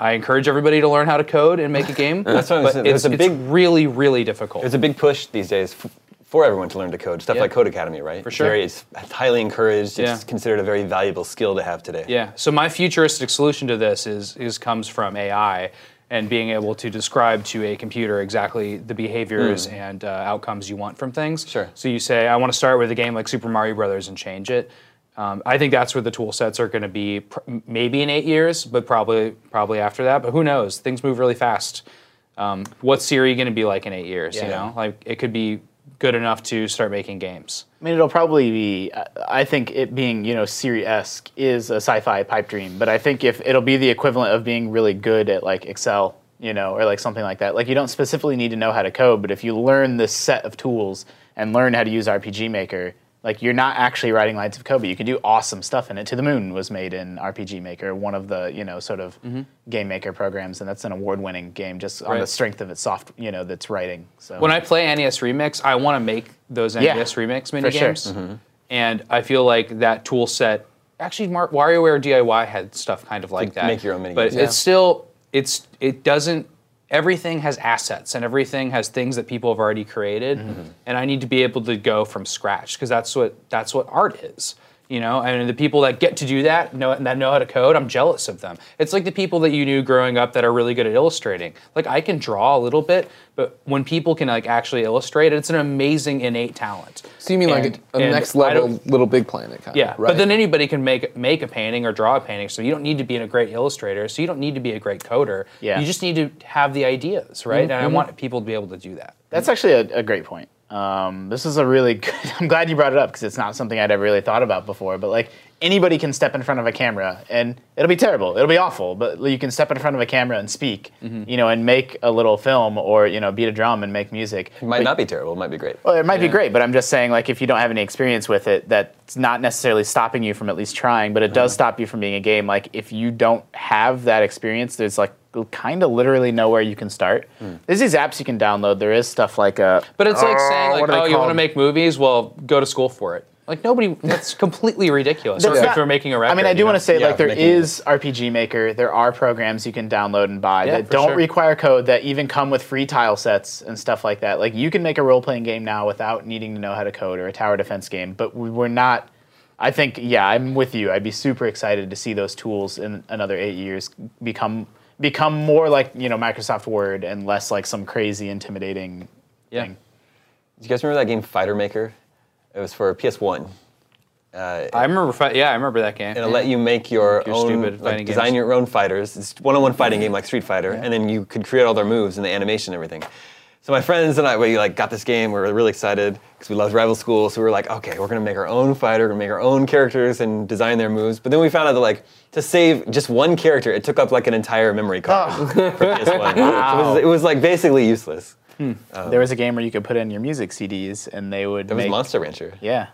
I encourage everybody to learn how to code and make a game.
That's what I'm
but
saying.
It's,
There's a
it's
big-
really, really difficult.
There's a big push these days f- for everyone to learn to code. Stuff
Yeah.
like Code Academy, right? For
sure.
Very, it's it's highly encouraged.
Yeah.
It's considered a very valuable skill to have today.
Yeah. So my futuristic solution to this is is comes from AI and being able to describe to a computer exactly the behaviors and uh, outcomes you want from things.
Sure.
So you say, I want to start with a game like Super Mario Brothers and change it. Um, I think that's where the tool sets are going to be, pr- maybe in eight years, but probably probably after that. But who knows? Things move really fast. Um, what's Siri going to be like in eight years? You
Yeah.
know, like it could be good enough to start making games.
I mean, it'll probably be. I- I think it being you know Siri-esque is a sci-fi pipe dream, but I think if it'll be the equivalent of being really good at like Excel, you know, or like something like that. Like you don't specifically need to know how to code, but if you learn this set of tools and learn how to use RPG Maker, like you're not actually writing lines of code, but you can do awesome stuff in it. To the Moon was made in RPG Maker, one of the you know sort of game maker programs, and that's an award-winning game just on the
Mm-hmm. Right.
strength of its soft, you know, that's writing. So
when I play NES Remix, I want to make those
Yeah,
NES Remix
for
mini
sure.
games,
Mm-hmm.
and I feel like that tool set. Actually, Mar- WarioWare DIY had stuff kind of like
To
that.
make your own mini
but
games.
it's still it's it doesn't. Everything has assets and everything has things that people have already created, and I need to be able to go from scratch because that's what that's what art is. You know, and the people that get to do that know that know how to code, I'm jealous of them. It's like the people that you knew growing up that are really good at illustrating. Like I can draw a little bit, but when people can like actually illustrate, it's an amazing innate talent.
So you mean
And-
like a, a
and
next
I
level
don't-
Little Big Planet kind
Yeah,
of, right?
but then anybody can make make a painting or draw a painting. So you don't need to be a great illustrator. So you don't need to be a great coder.
Yeah. Mm-hmm.
you just need to have the ideas, right? And I want people to be able to do that.
That's actually a, a great point. Um, this is a really good. I'm glad you brought it up because it's not something I'd ever really thought about before. But like anybody can step in front of a camera and it'll be terrible, it'll be awful. But you can step in front of a camera and speak,
Mm-hmm.
you know, and make a little film or you know beat a drum and make music.
It might not be terrible. It might be great.
Well, it might be great, but I'm just saying, like, if you don't have any experience with it, that's not necessarily stopping you from at least trying, but it does stop you from being a game. Like, if you don't have that experience, there's like kind of literally nowhere you can start. There's these apps you can download. There is stuff like uh,
But it's like saying,
what
like,
are they
oh, you want to
called?
make movies? Well, go to school for it. Like nobody. That's completely ridiculous.
That's
if
not-
we're making a record,
I mean, I do
you
want
know?
to say
Yeah,
like there
making-
is RPG Maker. There are programs you can download and buy
Yeah,
that
for
don't
sure.
require code that even come with free tile sets and stuff like that. Like you can make a role playing game now without needing to know how to code or a tower defense game. But we- we're not. I think yeah, I'm with you. I'd be super excited to see those tools in another eight years become become more like you know Microsoft Word and less like some crazy intimidating
Yeah.
thing.
Do you guys remember that game Fighter Maker? It was for PS1. Uh,
I remember. fi- Yeah, I remember that game.
It'll let you make your
Your
own,
stupid
like,
fighting
design
games.
your own fighters. It's one-on-one fighting game like Street Fighter, and then you could create all their moves and the animation and everything. So my friends and I, we like got this game. We were really excited because we loved Rival School. So we were like, okay, we're gonna make our own fighter, we're gonna make our own characters and design their moves. But then we found out that like to save just one character, it took up like an entire memory card
Oh.
for PS1. So it, was, it was like basically useless.
there was a game where you could put in your music CDs and they would
It Oh. was
make
Monster Rancher.
yeah.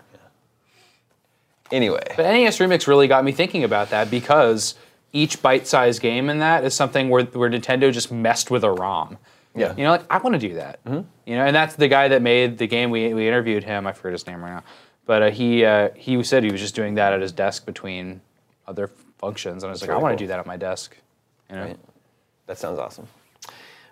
Anyway,
But NES Remix really got me thinking about that because each bite-sized game in that is something where, where Nintendo just messed with a ROM.
Yeah. Mm-hmm.
You know, like I want to do that. You know, and that's the guy that made the game. We, we interviewed him. I forget his name right now, but uh, he uh, he said he was just doing that at his desk between other functions, and I was like,
really
I want to
cool.
do that at my desk. You know,
That sounds awesome.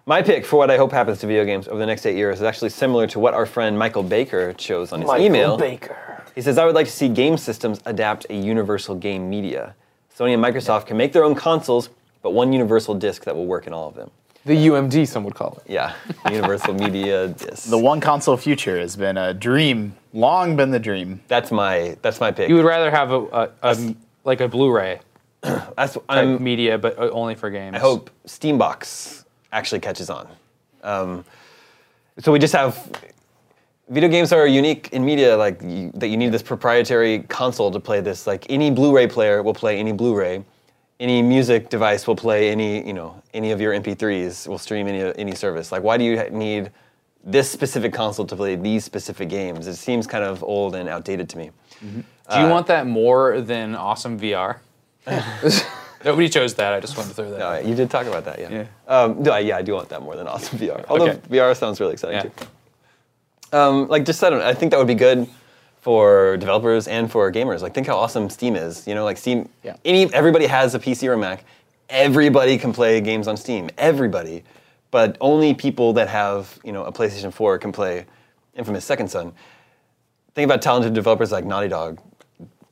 My pick for what I hope happens to video games over the next eight years is actually similar to what our friend Michael Baker chose on his email.
Baker.
He says, I would like to see game systems adapt a universal game media. Sony and Microsoft can make their own consoles, but one universal disc that will work in all of them.
The UMD, some would call it.
Yeah, Universal Media Disc.
The one console future has been a dream, long been the dream.
that's my that's my pick.
You would rather have a, a, a like a Blu-ray
that's
type
I'm,
media, but uh, only for
Um,
games.
I hope Steambox actually catches on. Um, so we just have video games are unique in media, like you, that you need this proprietary console to play this. Like any Blu-ray player will play any Blu-ray, any music device will play any you know any of your MP3s will stream any any service. Like why do you ha- need this specific console to play these specific games? It seems kind of old and outdated to me.
Do
uh,
you want that more than awesome VR? Nobody chose that. I just wanted to throw that.
All
out.
right, you did talk about that, yeah.
Yeah.
Um, no, I- yeah, I do want that more than awesome VR. Although
Okay.
VR sounds really exciting
Yeah.
too. Um, like just I don't know. I think that would be good for developers and for gamers. Like think how awesome Steam is. You know, like Steam.
Yeah.
Any everybody has a PC or a Mac. Everybody can play games on Steam. Everybody, but only people that have you know a PlayStation 4 can play Infamous Second Son. Think about talented developers like Naughty Dog.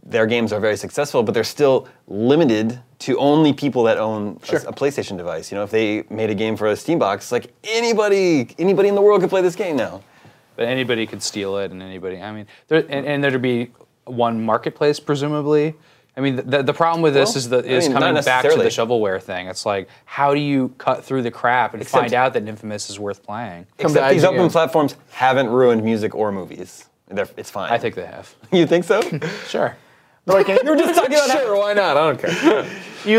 Their games are very successful, but they're still limited to only people that own a- a, PlayStation device. You know, if they made a game for a Steam box, like anybody, anybody in the world could play this game now.
But anybody could steal it, and anybody. I mean, there, and, and there'd be one marketplace, presumably. I mean, the, the problem with this
Well,
is the
I
is
mean, not
coming back to the
necessarily.
shovelware thing. It's like, how do you cut through the crap and
Except-
find out that Infamous is worth playing?
Come
Except
to
these open
IGN.
platforms haven't ruined music or movies. They're, it's fine.
I think they have.
you think so.
Sure.
Like, you
We're just talking about
Sure, why not? I don't care.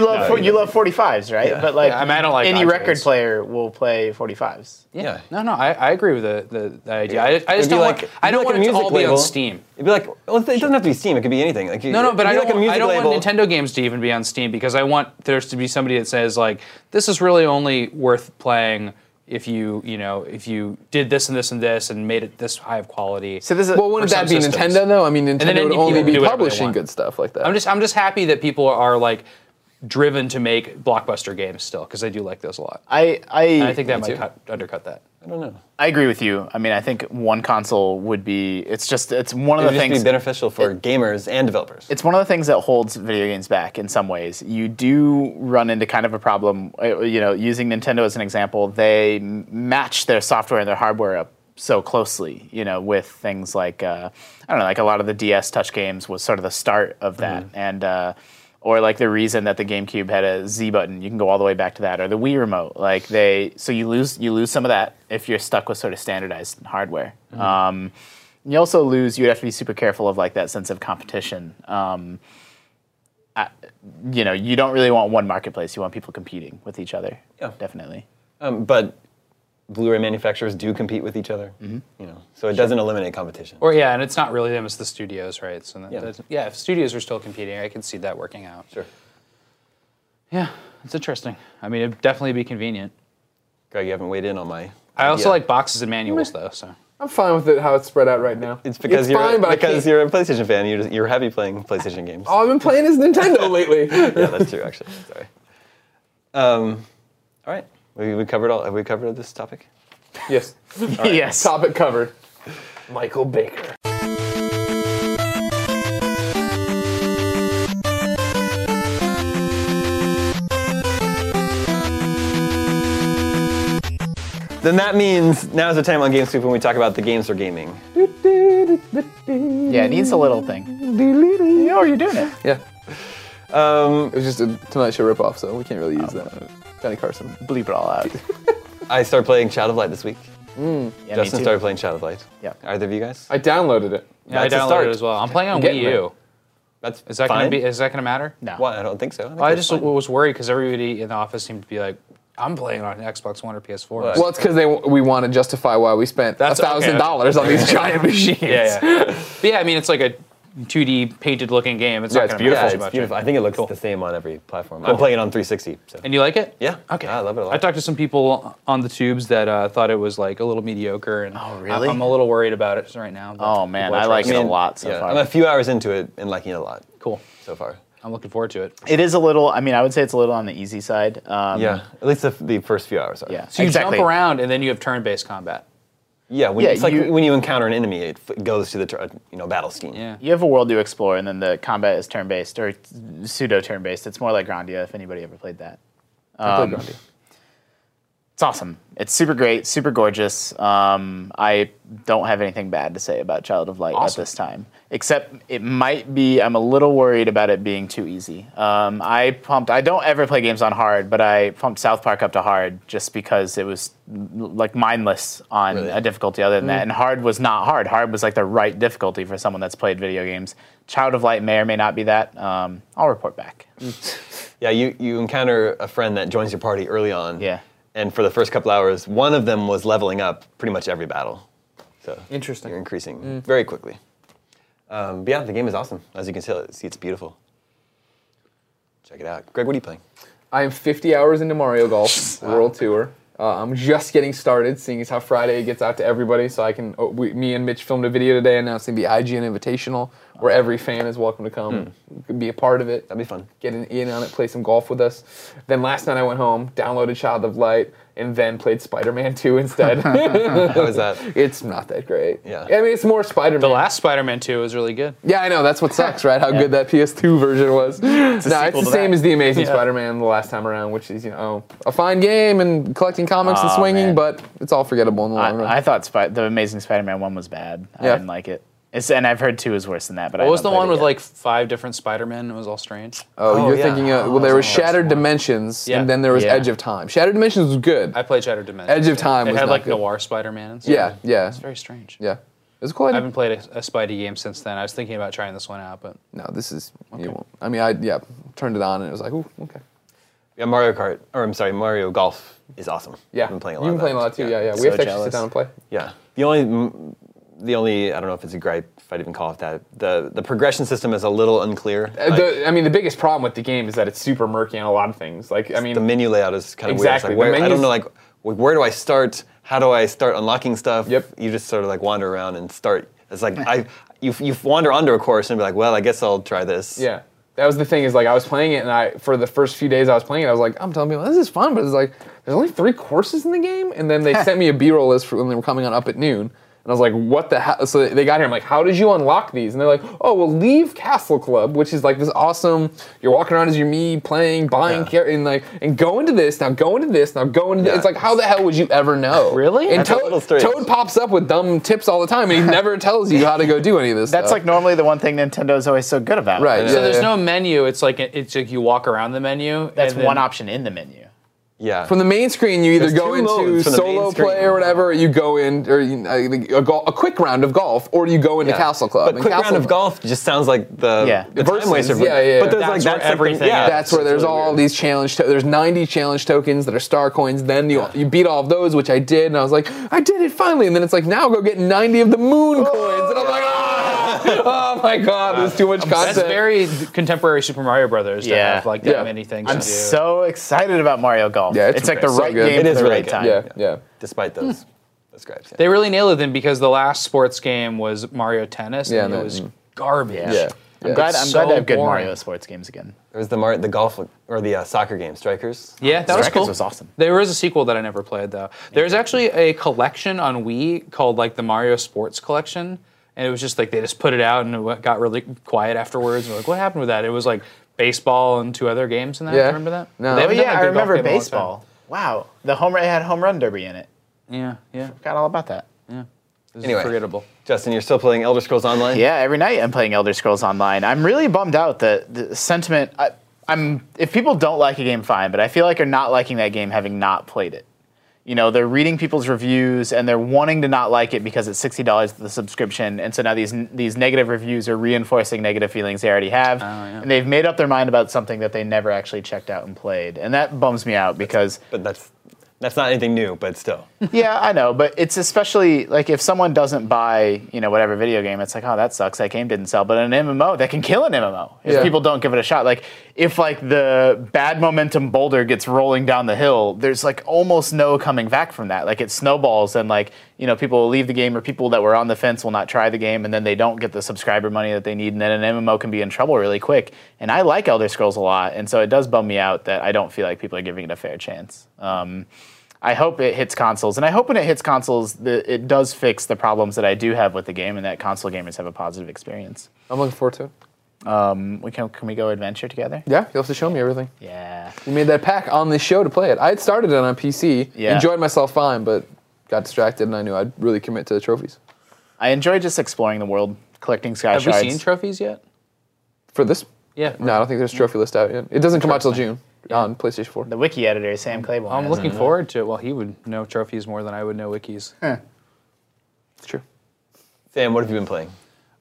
love fo- you love 45s, right? But like,
I mean, I don't like
any
IJs.
record player will play 45s.
Yeah.
No, no, I, I agree with the, the, the idea. I, I
It'd
just
be
don't
like-
like,
it'd
I
be
don't
like
want
a
it to
music
all be
label.
on Steam.
It'd be like, well, it doesn't have to be Steam. It could be anything. Like,
No, no, but I don't,
like a
want-
music
I don't
label.
want Nintendo games to even be on Steam because I want there to be somebody that says like, this is really only worth playing if you, you know, if you did this and this and this and made it this high of quality.
So this is
Well, wouldn't
For some
that be
systems.
Nintendo though? I mean,
then
Nintendo would
indie people
only be
do whatever they
publishing
want.
good stuff like that.
I'm just I'm just happy that people are like driven to make blockbuster games still because I do like those a lot.
I I,
And I think that
Me
might
too.
cut, undercut that.
I don't know.
I agree with you. I mean, I think one console would be. It's just it's one of
It'd
the
just be
things.
beneficial for gamers and developers.
it's one of the things that holds video games back in some ways. You do run into kind of a problem, uh, you know, using Nintendo as an example, they m- match their software and their hardware up so closely, you know, with things like, uh, I don't know, like a lot of the DS touch games was sort of the start of that. And, uh, or like the reason that the GameCube had a Z button, you can go all the way back to that, or the Wii remote. Like they, so you lose you lose some of that if you're stuck with sort of standardized hardware.
Mm-hmm.
Um, you also lose. You'd have to be super careful of like that sense of competition. Um, I- you know, you don't really want one marketplace. You want people competing with each other.
Yeah.
definitely.
Um, but Blu-ray manufacturers do compete with each other,
Mm-hmm.
you know, so it doesn't eliminate competition.
Or yeah, and it's not really them; it's the studios, right? So that,
Yeah.
that's- yeah, if studios are still competing, I can see that working out.
sure.
Yeah, it's interesting. I mean, it'd definitely be convenient.
Greg, you haven't weighed in on my.
I also
idea.
like boxes and manuals though, so
I'm fine with it how it's spread out right now.
It's because you're
fine, but I
because
can't- Oh.
you're a PlayStation fan. You're, just- you're happy playing PlayStation games.
All I've been playing is Nintendo lately.
yeah, that's true. Actually, sorry. Um, all right, we, we covered all. Have we covered this topic?
yes.
yes.
Topic covered. Michael Baker.
Then that means now's the time on GameScoop when we talk about the games for gaming.
Yeah, it needs a little thing. Oh, you're doing it.
Yeah.
Um,
It was just a Tonight Show ripoff, so we can't really use that. Johnny Carson.
Bleep it all out.
I started playing Child of Light this week.
Yeah, me
Justin
too.
started playing Child of Light.
Yeah.
Either of you guys?
I downloaded it.
yeah, I
That's a
downloaded
start.
it as well. I'm playing on
I'm getting
Wii U.
That's
Is that
fine.
gonna be? Is that gonna matter?
No.
Why? I don't think so. I, think
I
that's
just
fine.
was worried because everybody in the office seemed to be like, "I'm playing on Xbox One or PS4."
Well,
Well, it's because they we want to justify why we spent
That's-
thousand dollars on these giant machines.
yeah, yeah. but yeah, I mean, it's like a 2D painted looking game. It's
Yeah,
not
it's
gonna matter
beautiful.
Yeah,
as
it's
much.
beautiful. I think it looks the same on every platform. I'm playing it on 360. So.
And you like it?
Yeah.
Okay.
I love it a lot.
I talked to some people on the tubes that uh, thought it was like a little mediocre, and
Oh, really?
I, am a little worried about it right now. but
Oh, man,
people are
I like
trying.
it. a lot so far. Mm-hmm.
I'm a few hours into it and liking it a lot
Cool.
so far.
I'm looking forward to it.
It is a little. I mean, I would say it's a little on the easy side. Um,
Yeah, at least the, the first few hours are.
Yeah.
So you
exactly.
jump around, and then you have turn-based combat.
yeah. When,
Yeah,
it's like
you-
when you encounter an enemy, it f- goes to the tur- you know battle scheme.
Yeah.
You have a world to explore, and then the combat is turn-based or pseudo turn-based. It's more like Grandia, if anybody ever played that.
I played Grundy.
It's awesome. It's super great, super gorgeous. Um, I don't have anything bad to say about Child of Light
Awesome.
at this time, except it might be. I'm a little worried about it being too easy. Um, I pumped. I don't ever play games on hard, but I pumped South Park up to hard just because it was l- like mindless on a difficulty other than that. And hard was not hard. Hard was like the right difficulty for someone that's played video games. Child of Light may or may not be that. Um, I'll report back.
Yeah, you, you encounter a friend that joins your party early on.
Yeah.
And for the first couple hours, one of them was leveling up pretty much every battle. So
Interesting.
You're increasing
Mm.
very quickly. Um, but yeah, the game is awesome. As you can tell, see it's beautiful. Check it out. Greg, what are you playing?
I am 50 hours into Mario Golf World Tour. Uh, I'm just getting started, seeing as how Friday gets out to everybody. So I can, oh, we, me and Mitch filmed a video today announcing the IGN Invitational, where every fan is welcome to come, be a part of it.
Hmm. That'd be fun.
Get in, in on it, play some golf with us. Then last night I went home, downloaded Child of Light, and then played Spider-Man 2 instead.
How is that?
it's not that great.
Yeah.
I mean, it's more Spider-Man.
The last Spider-Man 2 was really good.
Yeah, I know. That's what sucks, right? How good that PS2 version was. No, it's
sequel
the
to
same
that.
as the Amazing Spider-Man the last time around, which is you know a fine game and collecting comics and
Aw,
swinging,
man.
but it's all forgettable in the long run.
I, I thought Spy- the Amazing Spider-Man one was bad. I
Yeah.
didn't like it. It's, and I've heard two is worse than that. But I
What was the
haven't
one
played it
with
yet.
like five different Spider-Men? It was all strange.
oh,
Oh,
you're
yeah.
thinking of, well, there was Shattered Dimensions,
Yeah.
and then there was
Yeah.
Edge of Time. Shattered Dimensions was good.
I played Shattered Dimension.
Edge of Time
It
was
had
not
like
good.
noir Spider-Man. And stuff.
yeah, yeah,
It's very strange.
yeah. It was cool.
I haven't played a, a Spidey game since then. I was thinking about trying this one out, but
no, this is. You won't. I mean, I yeah, turned it on and it was like, ooh, okay.
Yeah, Mario Kart, or I'm sorry, Mario Golf is awesome.
Yeah,
I've been playing a lot.
You've
of
been playing
that.
a lot too. Yeah, yeah.
So
we have to actually sit
jealous.
down and play.
Yeah. The only, mm, the only, I don't know if it's a gripe, if I'd even call it that. The the progression system is a little unclear.
Uh,
Like,
the, I mean, the biggest problem with the game is that it's super murky on a lot of things. Like, I mean,
the menu layout is kind of
Exactly. The
weird. It's like, where, I don't
menus-
know, like, wh- where do I start? How do I start unlocking stuff?
Yep.
You just sort of like wander around and start. It's like I, you you wander onto a course and be like, well, I guess I'll try this.
Yeah. That was the thing is like I was playing it and I for the first few days I was playing it I was like I'm telling people this is fun but it's like there's only three courses in the game and then they sent me a B-roll list for when they were coming on up at noon and I was like what the hell so they got here I'm like how did you unlock these and they're like oh well leave Castle Club which is like this awesome you're walking around as your me playing buying
Yeah.
car- and like and go into this now go into this now go into
Yeah.
this. it's like how the hell would you ever know
Really?
and
That's a
Toad,
little strange.
Toad pops up with dumb tips all the time and he never tells you how to go do any of this
That's
stuff.
like normally the one thing Nintendo is always so good about.
uh, right
so there's no menu. It's like it's like you walk around the menu.
That's
and then-
one option in the menu.
Yeah.
From the main screen, you either
There's
go
two
into
modes for the
solo
main screen.
play or whatever, or you go in, or you, I think a, gol- a quick round of golf, or you go into
Yeah.
Castle Club.
But
And
quick
Castle
round of golf just sounds like the,
Yeah.
the
Versus,
time waster.
yeah, yeah, yeah.
But there's like
That's where
that's like the-
everything
yeah.
is.
That's where there's
It's really
all
weird.
these challenge. To- there's 90 challenge tokens that are star coins. Then you you beat all of those, which I did, and I was like, I did it finally. And then it's like, now go get 90 of the moon coins, and I'm like, ah! oh my god, there's too much content.
That's very contemporary Super Mario Brothers to
Yeah.
have like that
Yeah.
many things
I'm
to do.
so excited about Mario Golf.
Yeah,
it's,
it's
like the
so
right
good.
game
It
for
is
the
really
right
good.
time.
yeah, yeah.
Despite those those gripes. Yeah.
They really nailed it then because the last sports game was Mario Tennis
Yeah,
and
no,
it was
mm.
garbage.
Yeah. I'm glad. I'm
It's
glad to
so
have good
boring.
Mario sports games again.
There was the Mar- the golf or the uh, soccer game Strikers.
Yeah, that was
Strikers
cool.
was awesome.
There was a sequel that I never played though. There's actually a collection on Wii called like the Mario Sports Collection, and it was just like they just put it out and it wa- got really quiet afterwards. We're like, what happened with that? It was like baseball and two other games in that.
Yeah.
Remember that?
No.
They
Oh
haven't done a
yeah, I
good golf
remember
game in a long
baseball. Wow, the home run it had home run derby in it.
time. Yeah, yeah.
Forgot all about that.
Anyway.
forgettable.
Justin, you're still playing Elder Scrolls Online.
Yeah, every night I'm playing Elder Scrolls Online. I'm really bummed out that the sentiment. I, I'm if people don't like a game, fine, but I feel like they're not liking that game having not played it. You know, they're reading people's reviews and they're wanting to not like it because it's sixty dollars the subscription, and so now these these negative reviews are reinforcing negative feelings they already have, and they've made up their mind about something that they never actually checked out and played, and that bums me out because.
But that's that's not anything new. But still.
Yeah, I know, but it's especially like if someone doesn't buy, you know, whatever video game, it's like, oh, that sucks. That game didn't sell. But an MMO, that can kill an MMO if
Yeah.
people don't give it a shot. Like if like the bad momentum boulder gets rolling down the hill, there's like almost no coming back from that. Like it snowballs, and like you know, people will leave the game, or people that were on the fence will not try the game, and then they don't get the subscriber money that they need, and then an MMO can be in trouble really quick. And I like Elder Scrolls a lot, and so it does bum me out that I don't feel like people are giving it a fair chance. Um, I hope it hits consoles, and I hope when it hits consoles, the, it does fix the problems that I do have with the game, and that console gamers have a positive experience.
I'm looking forward to it.
Um, we can can we go adventure together?
Yeah, you'll have to show me everything.
Yeah.
We made that pack on this show to play it. I had started it on PC,
Yeah.
enjoyed myself fine, but got distracted, and I knew I'd really commit to the trophies.
I enjoy just exploring the world, collecting sky
Have we
shards.
seen trophies yet?
For this?
Yeah.
No, I don't think there's a trophy list out yet. It doesn't come out till June on PlayStation 4.
the wiki editor, Sam Claiborne.
I'm
has
looking
it.
forward to it. Well, he would know trophies more than I would know wikis.
It's true.
Sam, what have you been playing?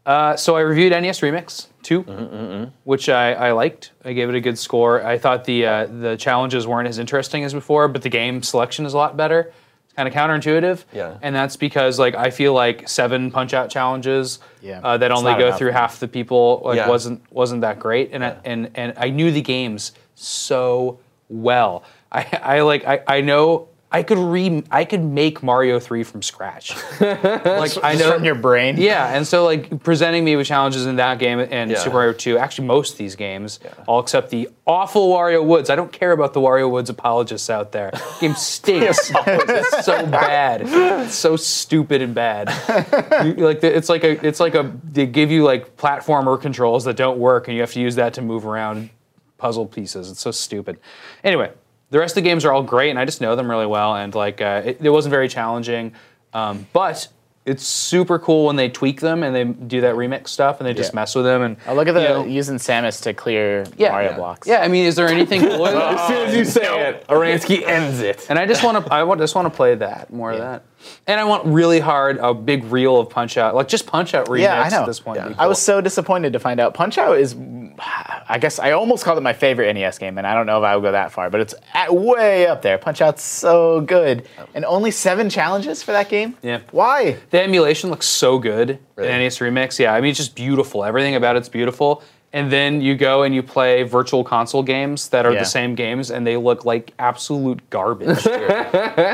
Uh, so I reviewed NES Remix 2,
Mm-hmm,
which I, I liked. I gave it a good score. I thought the uh, the challenges weren't as interesting as before, but the game selection is a lot better. It's kind of counterintuitive,
Yeah.
and that's because like I feel like seven punch out challenges
Yeah.
uh, that
It's
only
not
go
enough.
through half the people like
Yeah.
wasn't wasn't that great, and I, and and I knew the games so well. I, I like I, I know. I could re I could make Mario 3 from scratch. like I
Just
know
from your brain.
yeah, and so like presenting me with challenges in that game and
Yeah.
Super Mario 2, actually most of these games, all except the awful Wario Woods. I don't care about the Wario Woods apologists out there. game stinks. it's so bad. It's so stupid and bad. You- like the- it's like a it's like a they give you like platformer controls that don't work and you have to use that to move around puzzle pieces. It's so stupid. Anyway, the rest of the games are all great, and I just know them really well. And like, uh, it, it wasn't very challenging, um, but it's super cool when they tweak them and they do that remix stuff and they just
Yeah.
mess with them. And
I look at the
you know,
using Samus to clear
yeah,
Mario
yeah.
blocks.
Yeah, I mean, is there anything cooler? than that?
soon as you say it, Aransky ends it.
And I just want to, I want, just want to play that more of that. And I want really hard a big reel of Punch Out, like just Punch Out remix
Yeah, I know.
at this point. would be
I was
cool.
so disappointed to find out Punch Out is, I guess I almost called it my favorite NES game, and I don't know if I would go that far, but it's at, way up there. Punch Out's so good, and only seven challenges for that game.
Oh. Yeah.
Why?
The emulation looks so good
Really?
in NES Remix. Yeah, I mean, it's just beautiful. Everything about it's beautiful. And then you go and you play virtual console games that are
Yeah.
the same games, and they look like absolute garbage.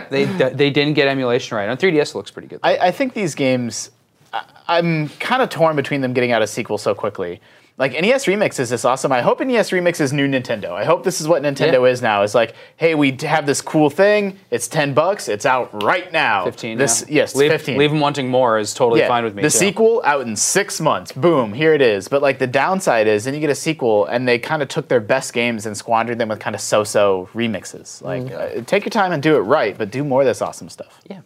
they they didn't get emulation right. On 3DS, it looks pretty good.
I, I think these games, I, I'm kind of torn between them getting out a sequel so quickly. Like NES Remix is this awesome. I hope NES Remix is new Nintendo. I hope this is what Nintendo
Yeah.
is now. It's like, hey, we d- have this cool thing. It's ten bucks. It's out right now.
15.
This
yeah.
yes, it's
leave,
fifteen.
Leave them wanting more is totally fine with me.
The
too.
sequel out in six months. Boom, here it is. But like the downside is, then you get a sequel, and they kind of took their best games and squandered them with kind of so-so remixes. Like,
Mm.
uh, take your time and do it right, but do more of this awesome stuff.
Yeah.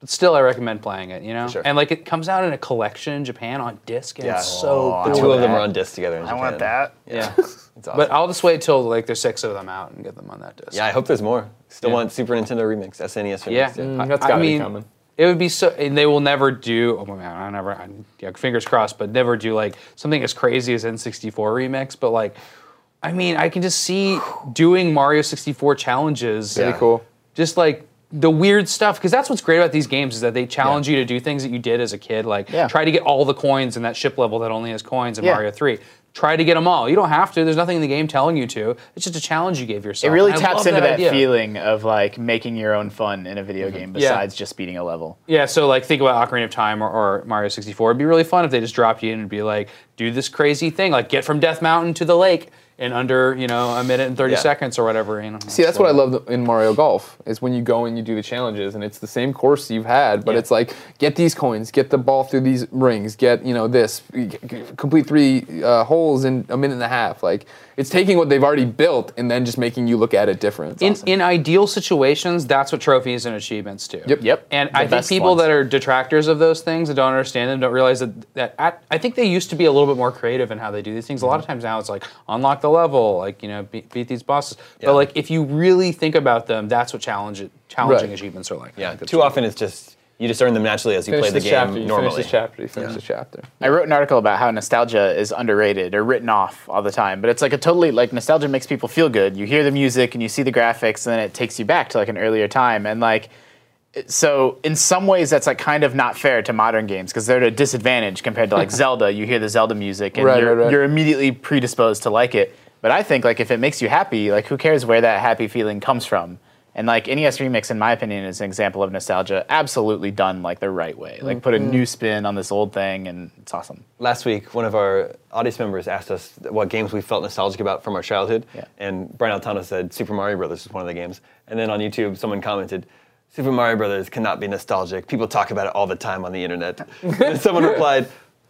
But still, I recommend playing it, you know?
Sure.
And like it comes out in a collection in Japan on disc, and
Yeah.
it's
Oh,
so
I
The
cool.
two of them are on disc together.
I want that.
Yeah.
It's awesome.
But I'll just wait till like there's six of them out and get them on that disc.
yeah, I hope there's more. Still
Yeah.
want Super Nintendo Remix, SNES Remix.
Yeah,
Mm, that's gotta be coming.
It would be so, and they will never do. Oh my god, I never. I, yeah, fingers crossed, but never do like something as crazy as N64 remix. But like, I mean, I can just see doing Mario 64 challenges.
Pretty
Pretty cool.
Just like the weird stuff, because that's what's great about these games is that they challenge you to do things that you did as a kid. Like
Yeah.
try to get all the coins in that ship level that only has coins in
Yeah.
Mario 3. Try to get them all. You don't have to. There's nothing in the game telling you to. It's just a challenge you gave
It
yourself.
really
And I
taps
love
into that,
idea. Mm-hmm.
feeling of like making your own fun in a video game besides just beating a level.
Yeah, so like think about Ocarina of Time or, or Mario 64. It'd be really fun if they just dropped you in and be like, do this crazy thing, like get from Death Mountain to the lake in under, you know, a minute and 30
Yeah.
seconds or whatever. You know.
See, that's what I love in Mario Golf is when you go and you do the challenges, and it's the same course you've had, but
Yeah.
it's like get these coins, get the ball through these rings, get you know this, g- g- complete three uh, holes in a minute and a half. Like it's taking what they've already built and then just making you look at it different. It's
In,
awesome.
in ideal situations, that's what trophies and achievements do.
Yep.
Yep.
And
The
I think
best
people
ones.
that are detractors of those things and don't understand them don't realize that, that at, I think they used to be a little bit more creative in how they do these things. A
Mm-hmm.
lot of times now it's like unlock the level, like you know beat, beat these bosses.
Yeah.
But like if you really think about them, that's what challenge challenging
Right.
achievements are like.
Yeah, too often it's just you just earn them naturally as you
Finish
play the
this
game
chapter, you
normally.
Finish the chapter. You finish the chapter.
I wrote an article about how nostalgia is underrated or written off all the time, but it's like a totally like nostalgia makes people feel good. You hear the music and you see the graphics, and then it takes you back to like an earlier time. And like, it- so in some ways, that's like kind of not fair to modern games because they're at a disadvantage compared to like Zelda. You hear the Zelda music and
Right,
you're,
right, right.
you're immediately predisposed to like it. But I think like if it makes you happy, like who cares where that happy feeling comes from? And like NES Remix, in my opinion, is an example of nostalgia absolutely done like the right way.
Mm,
Like put a new spin on this old thing, and it's awesome.
Last week, one of our audience members asked us what games we felt nostalgic about from our childhood,
Yeah.
and Brian Altano said Super Mario Brothers is one of the games. And then on YouTube, someone commented, "Super Mario Brothers cannot be nostalgic. People talk about it all the time on the internet." and someone replied,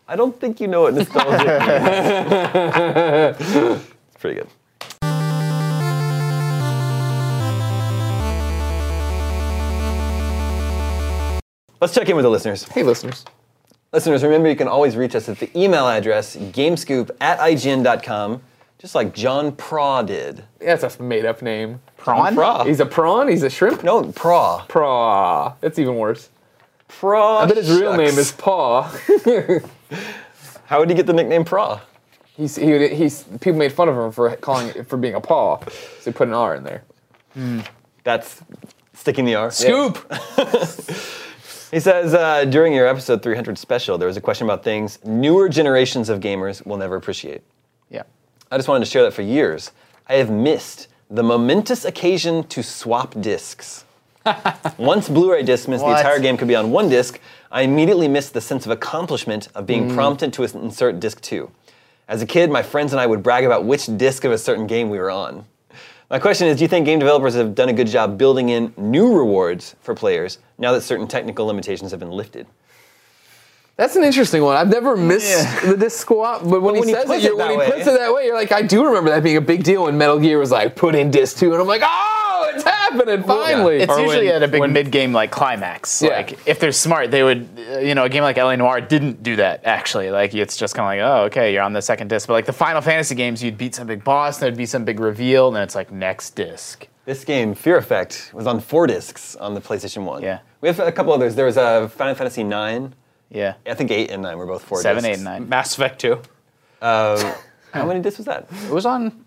I don't think you know what nostalgia means. it's pretty good. Let's check in with the listeners.
Hey, listeners.
Listeners, remember you can always reach us at the email address gamescoop at ign.com, just like John Praw did.
That's a made up name.
Prawn?
Praw.
He's a prawn, he's a shrimp.
no, Praw.
Praw. That's even worse.
Praw.
I bet his real name is Paw.
How did he get the nickname Praw?
He's, he, would- he's, people made fun of him for calling it for being a paw, so he put an R in there.
That's sticking the R.
Scoop.
He says uh, during your episode 300 special, there was a question about things newer generations of gamers will never appreciate.
Yeah.
I just wanted to share that for years, I have missed the momentous occasion to swap discs. Once Blu-ray discs meant the
What?
entire game could be on one disc, I immediately missed the sense of accomplishment of being
Mm.
prompted to insert disc two. As a kid, my friends and I would brag about which disc of a certain game we were on. My question is, do you think game developers have done a good job building in new rewards for players now that certain technical limitations have been lifted?
That's an interesting one. I've never missed
Yeah.
the disc squat, but when,
when
he
he
says
puts
it,
it
you're- when
that
he
way-
puts it that way, you're like, I do remember that being a big deal when Metal Gear was like, put in disc two, and I'm like, oh, it's happening finally.
It's
Or when-
usually at a big mid-game like climax.
Yeah.
Like if they're smart, they would. uh, You know, a game like LA Noir didn't do that actually. Like it's just kind of like, oh, okay, you're on the second disc. But like the Final Fantasy games, you'd beat some big boss, and there'd be some big reveal, and then it's like next disc.
This game, Fear Effect, was on four discs on the PlayStation 1.
Yeah.
We have a couple others. There was uh, Final Fantasy 9.
Yeah.
I think 8 and 9 were both four
Seven, eight,
discs. Uh,
and nine.
Mass Effect 2.
How many discs was that?
It was on.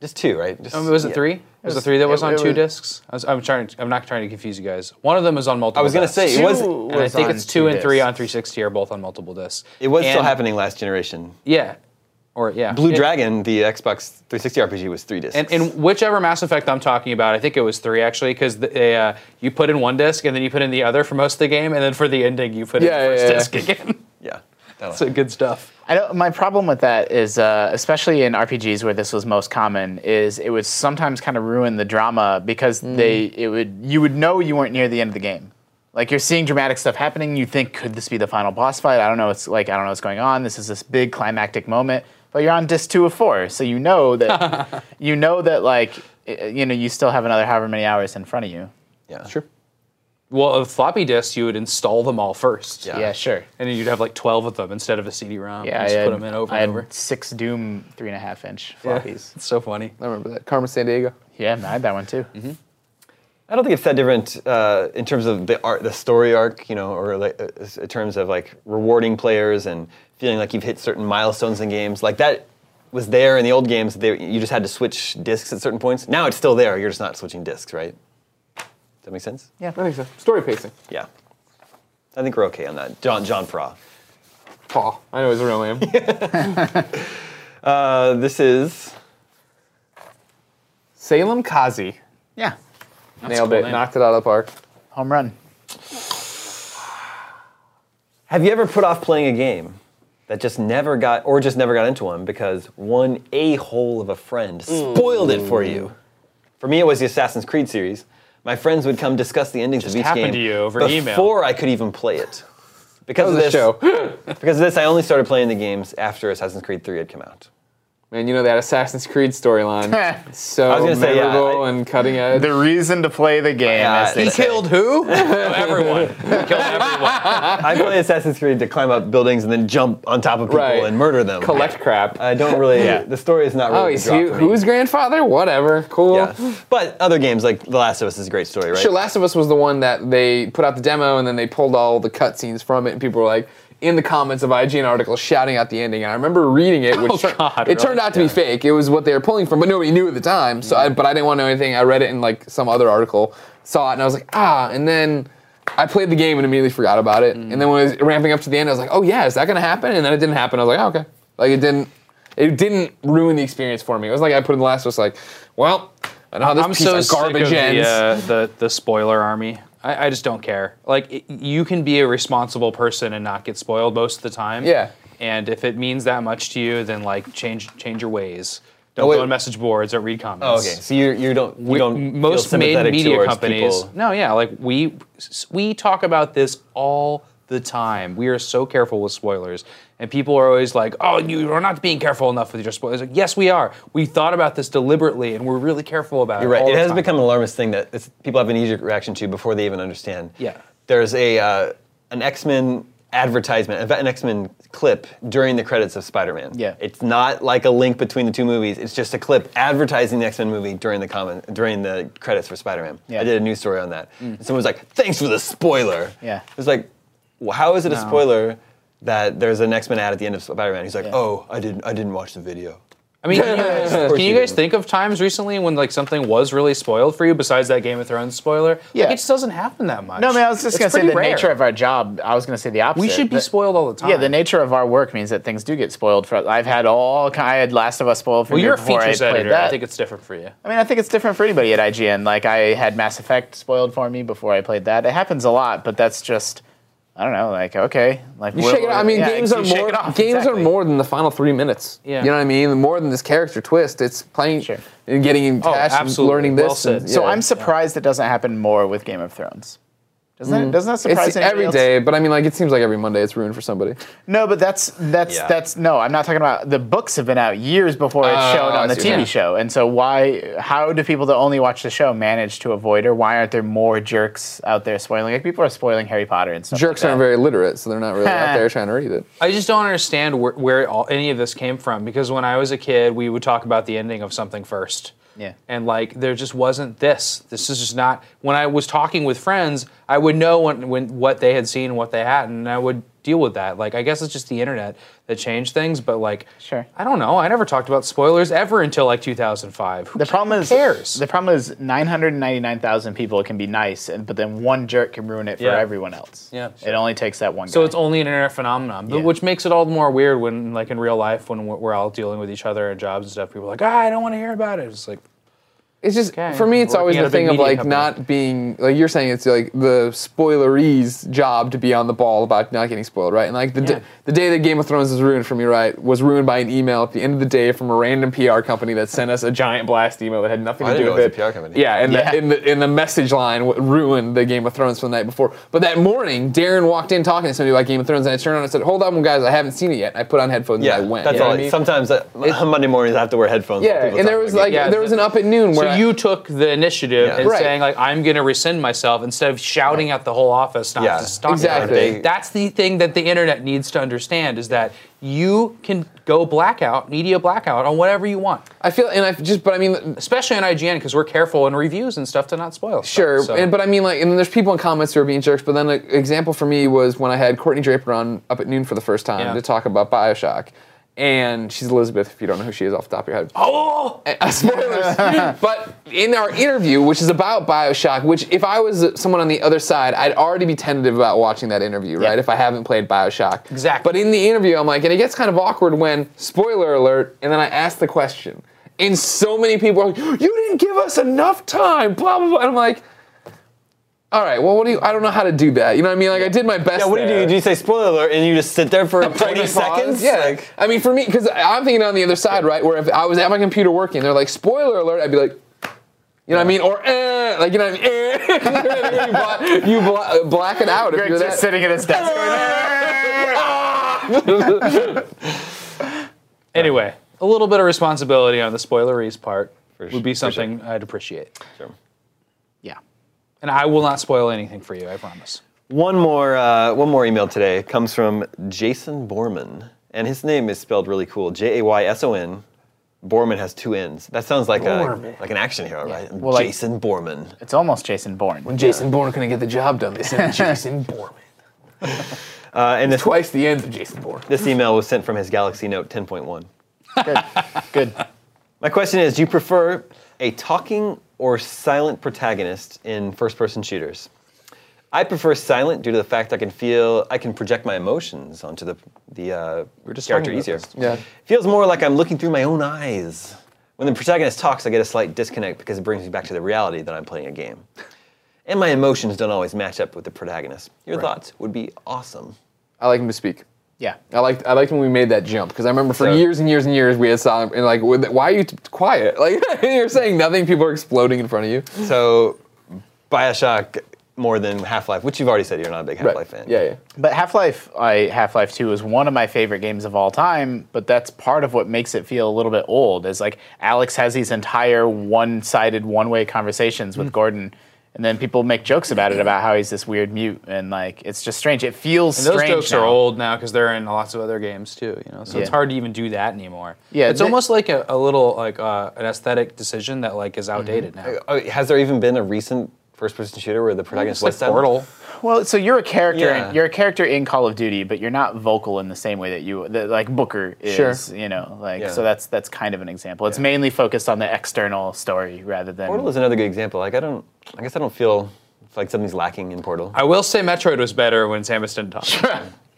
Just two, right? Just,
Um, was it
yeah.
three? was it three that was
it-
on
it
two
was-
discs? I was, I'm trying. I'm not trying to confuse you guys. One of them is on multiple.
I was gonna
discs.
say, it was-
Two
And I
was
think
on
it's two, and three
discs.
on 360 are both on multiple discs.
It was still
And-
happening last generation.
Yeah, or yeah.
Blue
It-
Dragon, the Xbox 360 RPG, was three discs.
And, and whichever Mass Effect I'm talking about, I think it was three actually, because uh, you put in one disc and then you put in the other for most of the game, and then for the ending you put
Yeah,
in the
yeah,
first
yeah.
disc again.
yeah. That'll-
so good stuff.
I don't, my problem with that is, uh, especially in RPGs where this was most common, is it would sometimes kind of ruin the drama because
Mm.
they it would you would know you weren't near the end of the game. Like you're seeing dramatic stuff happening, you think could this be the final boss fight? I don't know. It's like I don't know what's going on. This is this big climactic moment, but you're on disc two of four, so you know that you know that like i- you know you still have another however many hours in front of you.
yeah.
Sure.
Well, of floppy disks, you would install them all first.
Yeah.
Yeah, sure.
And then you'd have like 12 of them instead of a CD-ROM.
Yeah,
You just
I
put
had-
them in over
I
and
had
over.
six Doom three and a half inch
Yeah.
floppies.
It's so funny.
I remember that. Carmen San Diego.
Yeah, I had that one too.
Mm-hmm.
I don't think it's that different uh, in terms of the art, the story arc, you know, or like, uh, in terms of like rewarding players and feeling like you've hit certain milestones in games. Like that was there in the old games. They, you just had to switch discs at certain points. Now it's still there. You're just not switching discs, right? Does that make sense?
I think so. uh, Story pacing.
Yeah. I think we're okay on that. John John Pra.
Paw. I know his real name.
Uh, this is
Salem Kazi.
Yeah,
Nailed
cool
it.
name.
Knocked it out of the park.
home run.
Have you ever put off playing a game that just never got, or just never got into one because one a hole of a friend spoiled it for you? For me, it was the Assassin's Creed series. My friends would come discuss the endings of each
happened
game
to you over
before
email.
I could even play it. Because
That was
of
a
this,
show.
because of this, I only started playing the games after Assassin's Creed 3 had come out.
Man, you know that Assassin's Creed storyline. so
was gonna say, yeah,
memorable
I-
and cutting edge.
The reason to play the game.
Yeah,
as they
he
say.
Killed who? everyone. Killed everyone.
I play Assassin's Creed to climb up buildings and then jump on top of people
Right.
and murder them.
Collect crap.
I don't really. The story is not really.
oh,
the
he's
draw
who,
for me.
who's grandfather? Whatever. Cool.
Yeah. But other games like The Last of Us is a great story, right?
Sure, Last of Us was the one that they put out the demo and then they pulled all the cutscenes from it, and people were like in the comments of IGN articles shouting out the ending. And I remember reading it, which tur-
Oh, God,
it turned out to be fake. It was what they were pulling from, but nobody knew at the time. So, I, but I didn't want to know anything. I read it in like some other article, saw it, and I was like, ah. And then I played the game and immediately forgot about it. And then when it was ramping up to the end, I was like, oh yeah, is that gonna happen? And then it didn't happen. I was like, oh, okay, like it didn't. It didn't ruin the experience for me. It was like I put in the last was like, well, I know how this
I'm
piece
so
of garbage
sick of
ends.
The, uh, the the spoiler army. I, I just don't care. Like it, you can be a responsible person and not get spoiled most of the time.
Yeah.
And if it means that much to you, then like change change your ways. Don't
Oh, wait.
go on message boards. Don't read comments.
Oh, okay. So you you don't you don't feel
most main
sympathetic
media
towards
companies.
people.
No, yeah, like we we talk about this all the time. We are so careful with spoilers. And people are always like, oh, you are not being careful enough with your spoilers. Like, yes, we are. We thought about this deliberately and we're really careful about
You're
it.
right.
all
it
the
has
time.
become an alarmist thing that it's, people have an knee reaction to before they even understand.
Yeah.
There's a uh, an X Men advertisement, an X Men clip during the credits of Spider Man.
Yeah.
It's not like a link between the two movies. It's just a clip advertising the X Men movie during the comment during the credits for Spider Man.
Yeah.
I did a news story on that.
Mm.
And someone was like, "Thanks for the spoiler."
Yeah.
It was like, well, how is it a
No.
spoiler? That there's an X Men ad at the end of Spider Man. He's like,
Yeah.
oh, I didn't, I didn't watch the video.
I mean, can you guys, can you guys think of times recently when like something was really spoiled for you besides that Game of Thrones spoiler?
Yeah.
Like, it just doesn't happen that much.
No, I mean, I was just
It's
going to say
pretty
the
rare.
nature of our job. I was going to say the opposite.
We should be
The-
spoiled all the time.
Yeah, the nature of our work means that things do get spoiled for us. I've had all ki- I had Last of Us spoiled for
Well,
me
you're a
before
features
I played
editor.
that.
I think it's different for you.
I mean, I think it's different for anybody at IGN. Like, I had Mass Effect spoiled for me before I played that. It happens a lot, but that's just, I don't know. Like, okay, like
You
we're-
shake it out. I mean,
yeah,
games
you
are
shake
more
it off,
games
exactly.
are more than the final three minutes.
Yeah.
You know what I mean? More than this character twist. It's playing
Sure.
and getting
Oh,
attached and
absolutely.
learning
Well
this.
said.
and-
So
yeah.
I'm surprised it doesn't happen more with Game of Thrones. Doesn't it? Doesn't that surprise
it's
anybody
every
else?
day, but I mean, like it seems like every Monday it's ruined for somebody.
No, but that's that's
Yeah.
that's no. I'm not talking about the books have been out years before it
Oh,
showed
I
on the
see what you
TV
mean.
show, and so why? How do people that only watch the show manage to avoid, or why aren't there more jerks out there spoiling? Like people are spoiling Harry Potter and stuff.
Jerks
like
aren't
that.
very literate, so they're not really out there trying to read it.
I just don't understand where, where all, any of this came from because when I was a kid, we would talk about the ending of something first.
Yeah.
And like, there just wasn't this. This is just not. When I was talking with friends, I would know when, when what they had seen, and what they hadn't, and I would deal with that. Like, I guess it's just the internet that changed things, but like,
Sure.
I don't know. I never talked about spoilers ever until like 2005. Who
The problem is
cares?
the problem is 999,000 people can be nice, and but then one jerk can ruin it for
Yeah.
everyone else.
Yeah,
It
sure.
only takes that one.
So
guy.
it's only an internet phenomenon, but
Yeah.
which makes it all the more weird when, like, in real life, when we're we're all dealing with each other and jobs and stuff, people are like, ah, I don't want to hear about it. It's like,
It's just
Okay.
for me. It's
Working
always
at
the
a big
thing of
media
like
company.
not being like you're saying. It's like the spoileries' job to be on the ball about not getting spoiled, right? And like the
Yeah.
d- the day that Game of Thrones was ruined for me, right, was ruined by an email at the end of the day from a random PR company that sent us a giant blast email that had nothing
I
to
didn't
do
know
with
it
it.
was a PR company.
Yeah, and
Yeah.
The, in the in the message line w- ruined the Game of Thrones from the night before. But that morning, Darren walked in talking to somebody about Game of Thrones, and I turned on and said, "Hold on, guys, I haven't seen it yet." And I put on headphones
Yeah,
and I went.
that's
you know
all.
what I
it-
mean?
Sometimes uh, on Monday mornings I have to wear headphones. when
yeah,
people talk
and there
about
was
the
like
game.
Yeah,
there was an up at noon
so
where I-
you took the initiative
Yeah.
and
Right.
saying, like, I'm going to rescind myself instead of shouting at the whole office not
Yeah,
to stop.
exactly.
It. That's the thing that the internet needs to understand is that you can go blackout, media blackout on whatever you want,
I feel and I just but I mean
especially on IGN because we're careful in reviews and stuff to not spoil. stuff,
Sure,
so-
and, but I mean, like, and there's people in comments who are being jerks. But then, an example for me was when I had Courtney Draper on up at noon for the first time
Yeah.
to talk about Bioshock, and she's Elizabeth. If you don't know who she is off the top of your head,
oh,
Uh, spoilers. but in our interview, which is about Bioshock, which if I was someone on the other side, I'd already be tentative about watching that interview, right? If I haven't played Bioshock.
Exactly.
But in the interview, I'm like, and it gets kind of awkward when, spoiler alert, and then I ask the question. And so many people are like, you didn't give us enough time, blah, blah, blah. And I'm like, all right, well, what do you, I don't know how to do that. You know what I mean? Like, I did my best.
Yeah, what do you do?
there.
Do you say spoiler alert and you just sit there for
Pregnant
20
pause?
seconds?
Yeah.
Like,
I mean, for me, because I'm thinking on the other side, right? Where if I was at my computer working, they're like, spoiler alert, I'd be like, you know what I mean? Or, eh, like, you know what I mean? Eh. You know what I mean? you bla- you bla- black it out if
Greg's
you're
just
that.
sitting at his desk. going,
Anyway, a little bit of responsibility on the spoileries part
For
would be
sure.
something I'd appreciate.
Sure.
yeah.
And I will not spoil anything for you, I promise.
One more, uh, one more email today comes from Jason Borman, and his name is spelled really cool: J A Y S O N. Borman has two N's. That sounds like a like an action hero, right?
Well, like-
Jason Borman.
It's almost Jason Bourne.
Jason Bourne couldn't get the job done. They sent Jason Bourne.
Uh, and this,
Twice the end of Jason Bourne.
this email was sent from his Galaxy Note 10.1.
Good. Good.
My question is: Do you prefer a talking or silent protagonist in first-person shooters? I prefer silent due to the fact I can feel I can project my emotions onto the the uh, character
talking
easier.
about
Yeah.
Feels more like I'm looking through my own eyes. When the protagonist talks, I get a slight disconnect because it brings me back to the reality that I'm playing a game. And my emotions don't always match up with the protagonist. Your thoughts would be awesome.
I like him to speak.
Yeah.
I liked, I liked when we made that jump because I remember for
So-
years and years and years we had silent and like with- why are you t- quiet like you're saying nothing people are exploding in front of you
So, Bioshock more than Half Life, which you've already said you're not a big Half Life fan.
Yeah, yeah.
But Half Life, I Half Life Two is one of my favorite games of all time. But that's part of what makes it feel a little bit old. Is like Alex has these entire one-sided, one-way conversations
Hmm.
with Gordon, and then people make jokes about it about how he's this weird mute, and like it's just strange. It feels
And those
strange
jokes
now.
are old now because they're in lots of other games too. You know, so it's
Yeah.
hard to even do that anymore.
Yeah,
it's
they-
almost like a, a little like uh, an aesthetic decision that like is outdated
Mm-hmm.
now.
Oh, has there even been a recent first-person shooter where the protagonist
It's like
was that?
Portal.
Well, so you're a character.
Yeah.
You're a character in Call of Duty, but you're not vocal in the same way that you that, like Booker is.
Sure.
You know, like
Yeah.
so that's that's kind of an example. It's mainly focused on the external story rather than.
Portal is another good example. Like I don't, I guess I don't feel like something's lacking in Portal.
I will say Metroid was better when Samus didn't talk.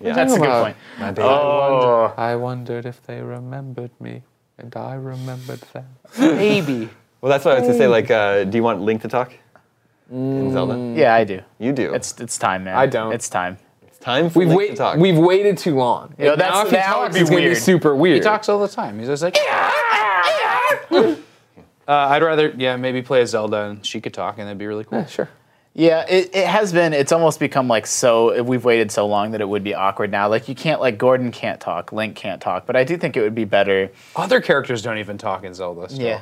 yeah.
that's a good
about-
point.
my bad.
Oh,
I wondered if they remembered me, and I remembered them.
Maybe.
Well, that's what I was gonna say. Like, uh, do you want Link to talk
Mm.
in Zelda?
yeah, I do.
You do. It's
It's it's time, man.
I don't.
It's time.
time for
We've,
Link
wait,
to talk.
we've waited too long.
know, that's-
now if he
that would
talks,
be
it's gonna be
weird.
super weird.
He talks all the time. He's just like. Uh, I'd rather, yeah, maybe play a Zelda and she could talk, and that'd be really cool.
Yeah, sure.
Yeah, it, it has been. It's almost become like so. We've waited so long that it would be awkward now. Like you can't like Gordon can't talk, Link can't talk, but I do think it would be better.
Other characters don't even talk in Zelda. Still.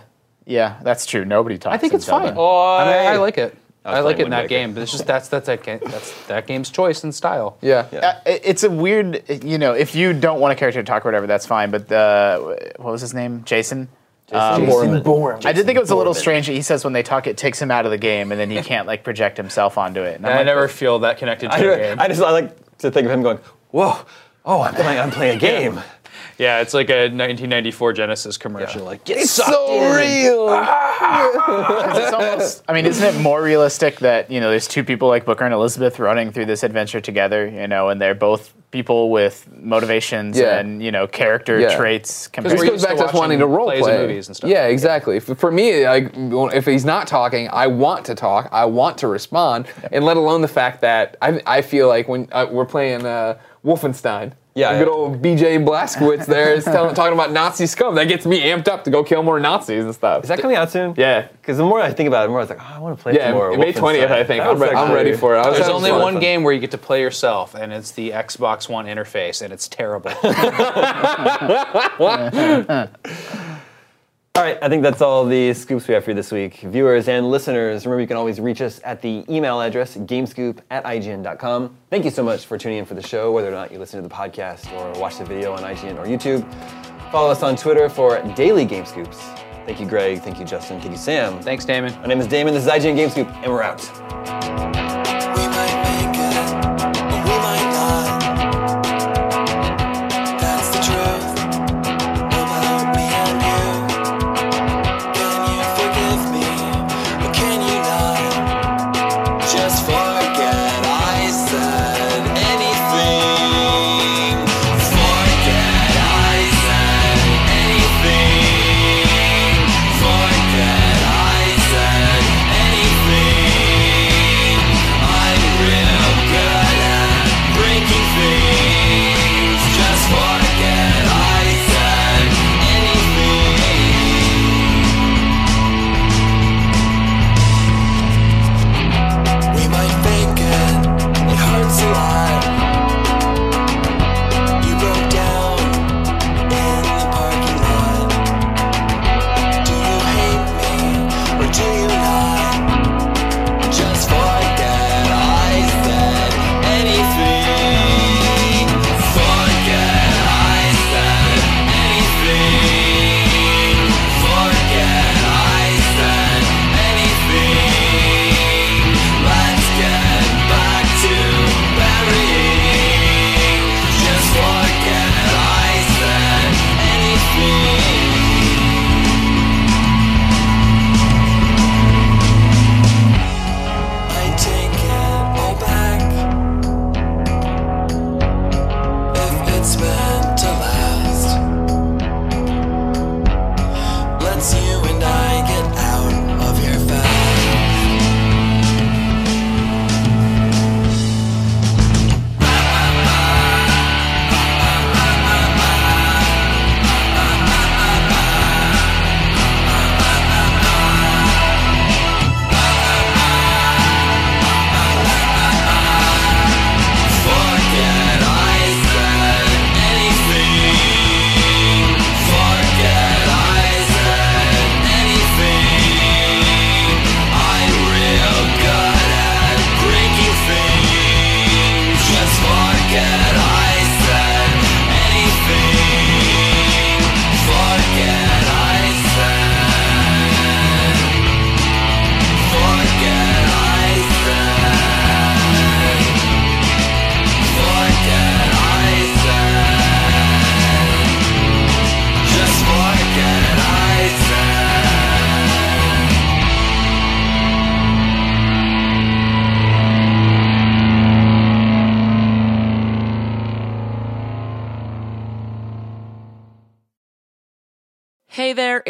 yeah, that's true. Nobody talks.
I think
in
it's
Zelda.
fine. Oh, I,
mean,
I like it. I like
playing
it in that
Wind Waker.
game, but it's just that's that's that ga- that's that game's choice and style.
Yeah.
Yeah.
Uh, it- it's a weird, you know, if you don't want a character to talk or whatever, that's fine. But the what was his name? Jason.
Jason Um, Bourne.
I did think it was a little strange that he says when they talk, it takes him out of the game, and then he can't like project himself onto it. And I'm
I
like,
never feel that connected to the
I,
game.
I just I like to think of him going, "Whoa, oh, I'm playing, I'm playing a game."
yeah, it's like a 1994 Genesis commercial. Like, get sucked
So
in.
real.
it's almost. I mean, isn't it more realistic that you know there's two people like Booker and Elizabeth running through this adventure together, you know, and they're both people with motivations
Yeah.
and you know character
Yeah.
traits.
Because
This
we're
Compared
goes
used
back
to
to us wanting to
watching
role
plays
play.
and movies and stuff.
Yeah, exactly. F- For me, like if he's not talking, I want to talk. I want to respond, and let alone the fact that I, I feel like when uh, we're playing uh, Wolfenstein.
Yeah,
the good
yeah.
old BJ Blazkowicz there is telling, talking about Nazi scum. That gets me amped up to go kill more Nazis and stuff.
Is that coming out soon?
Yeah.
Because the more I think about it, the more I was like, oh, I want to play
Yeah,
some more.
May twentieth,
Wolfenstein."
I think.
That
I'm,
was
re- I'm
actually-
ready for it. I was
There's
having
only
fun.
one game where you get to play yourself, and it's the Xbox One interface, and it's terrible.
All right, I think that's all the scoops we have for you this week. Viewers and listeners, remember you can always reach us at the email address, gamescoop at IGN.com. Thank you so much for tuning in for the show, whether or not you listen to the podcast or watch the video on IGN or YouTube. Follow us on Twitter for daily Game Scoops. Thank you, Greg. Thank you, Justin. Thank you, Sam.
Thanks, Damon.
My name is Damon. This is IGN Game Scoop, and we're out.
We might make it, or we might not. That's the truth. About me and you. Can you forgive me, or can you not? Just forget I said anything. Forget I said anything. Forget I said anything.
there,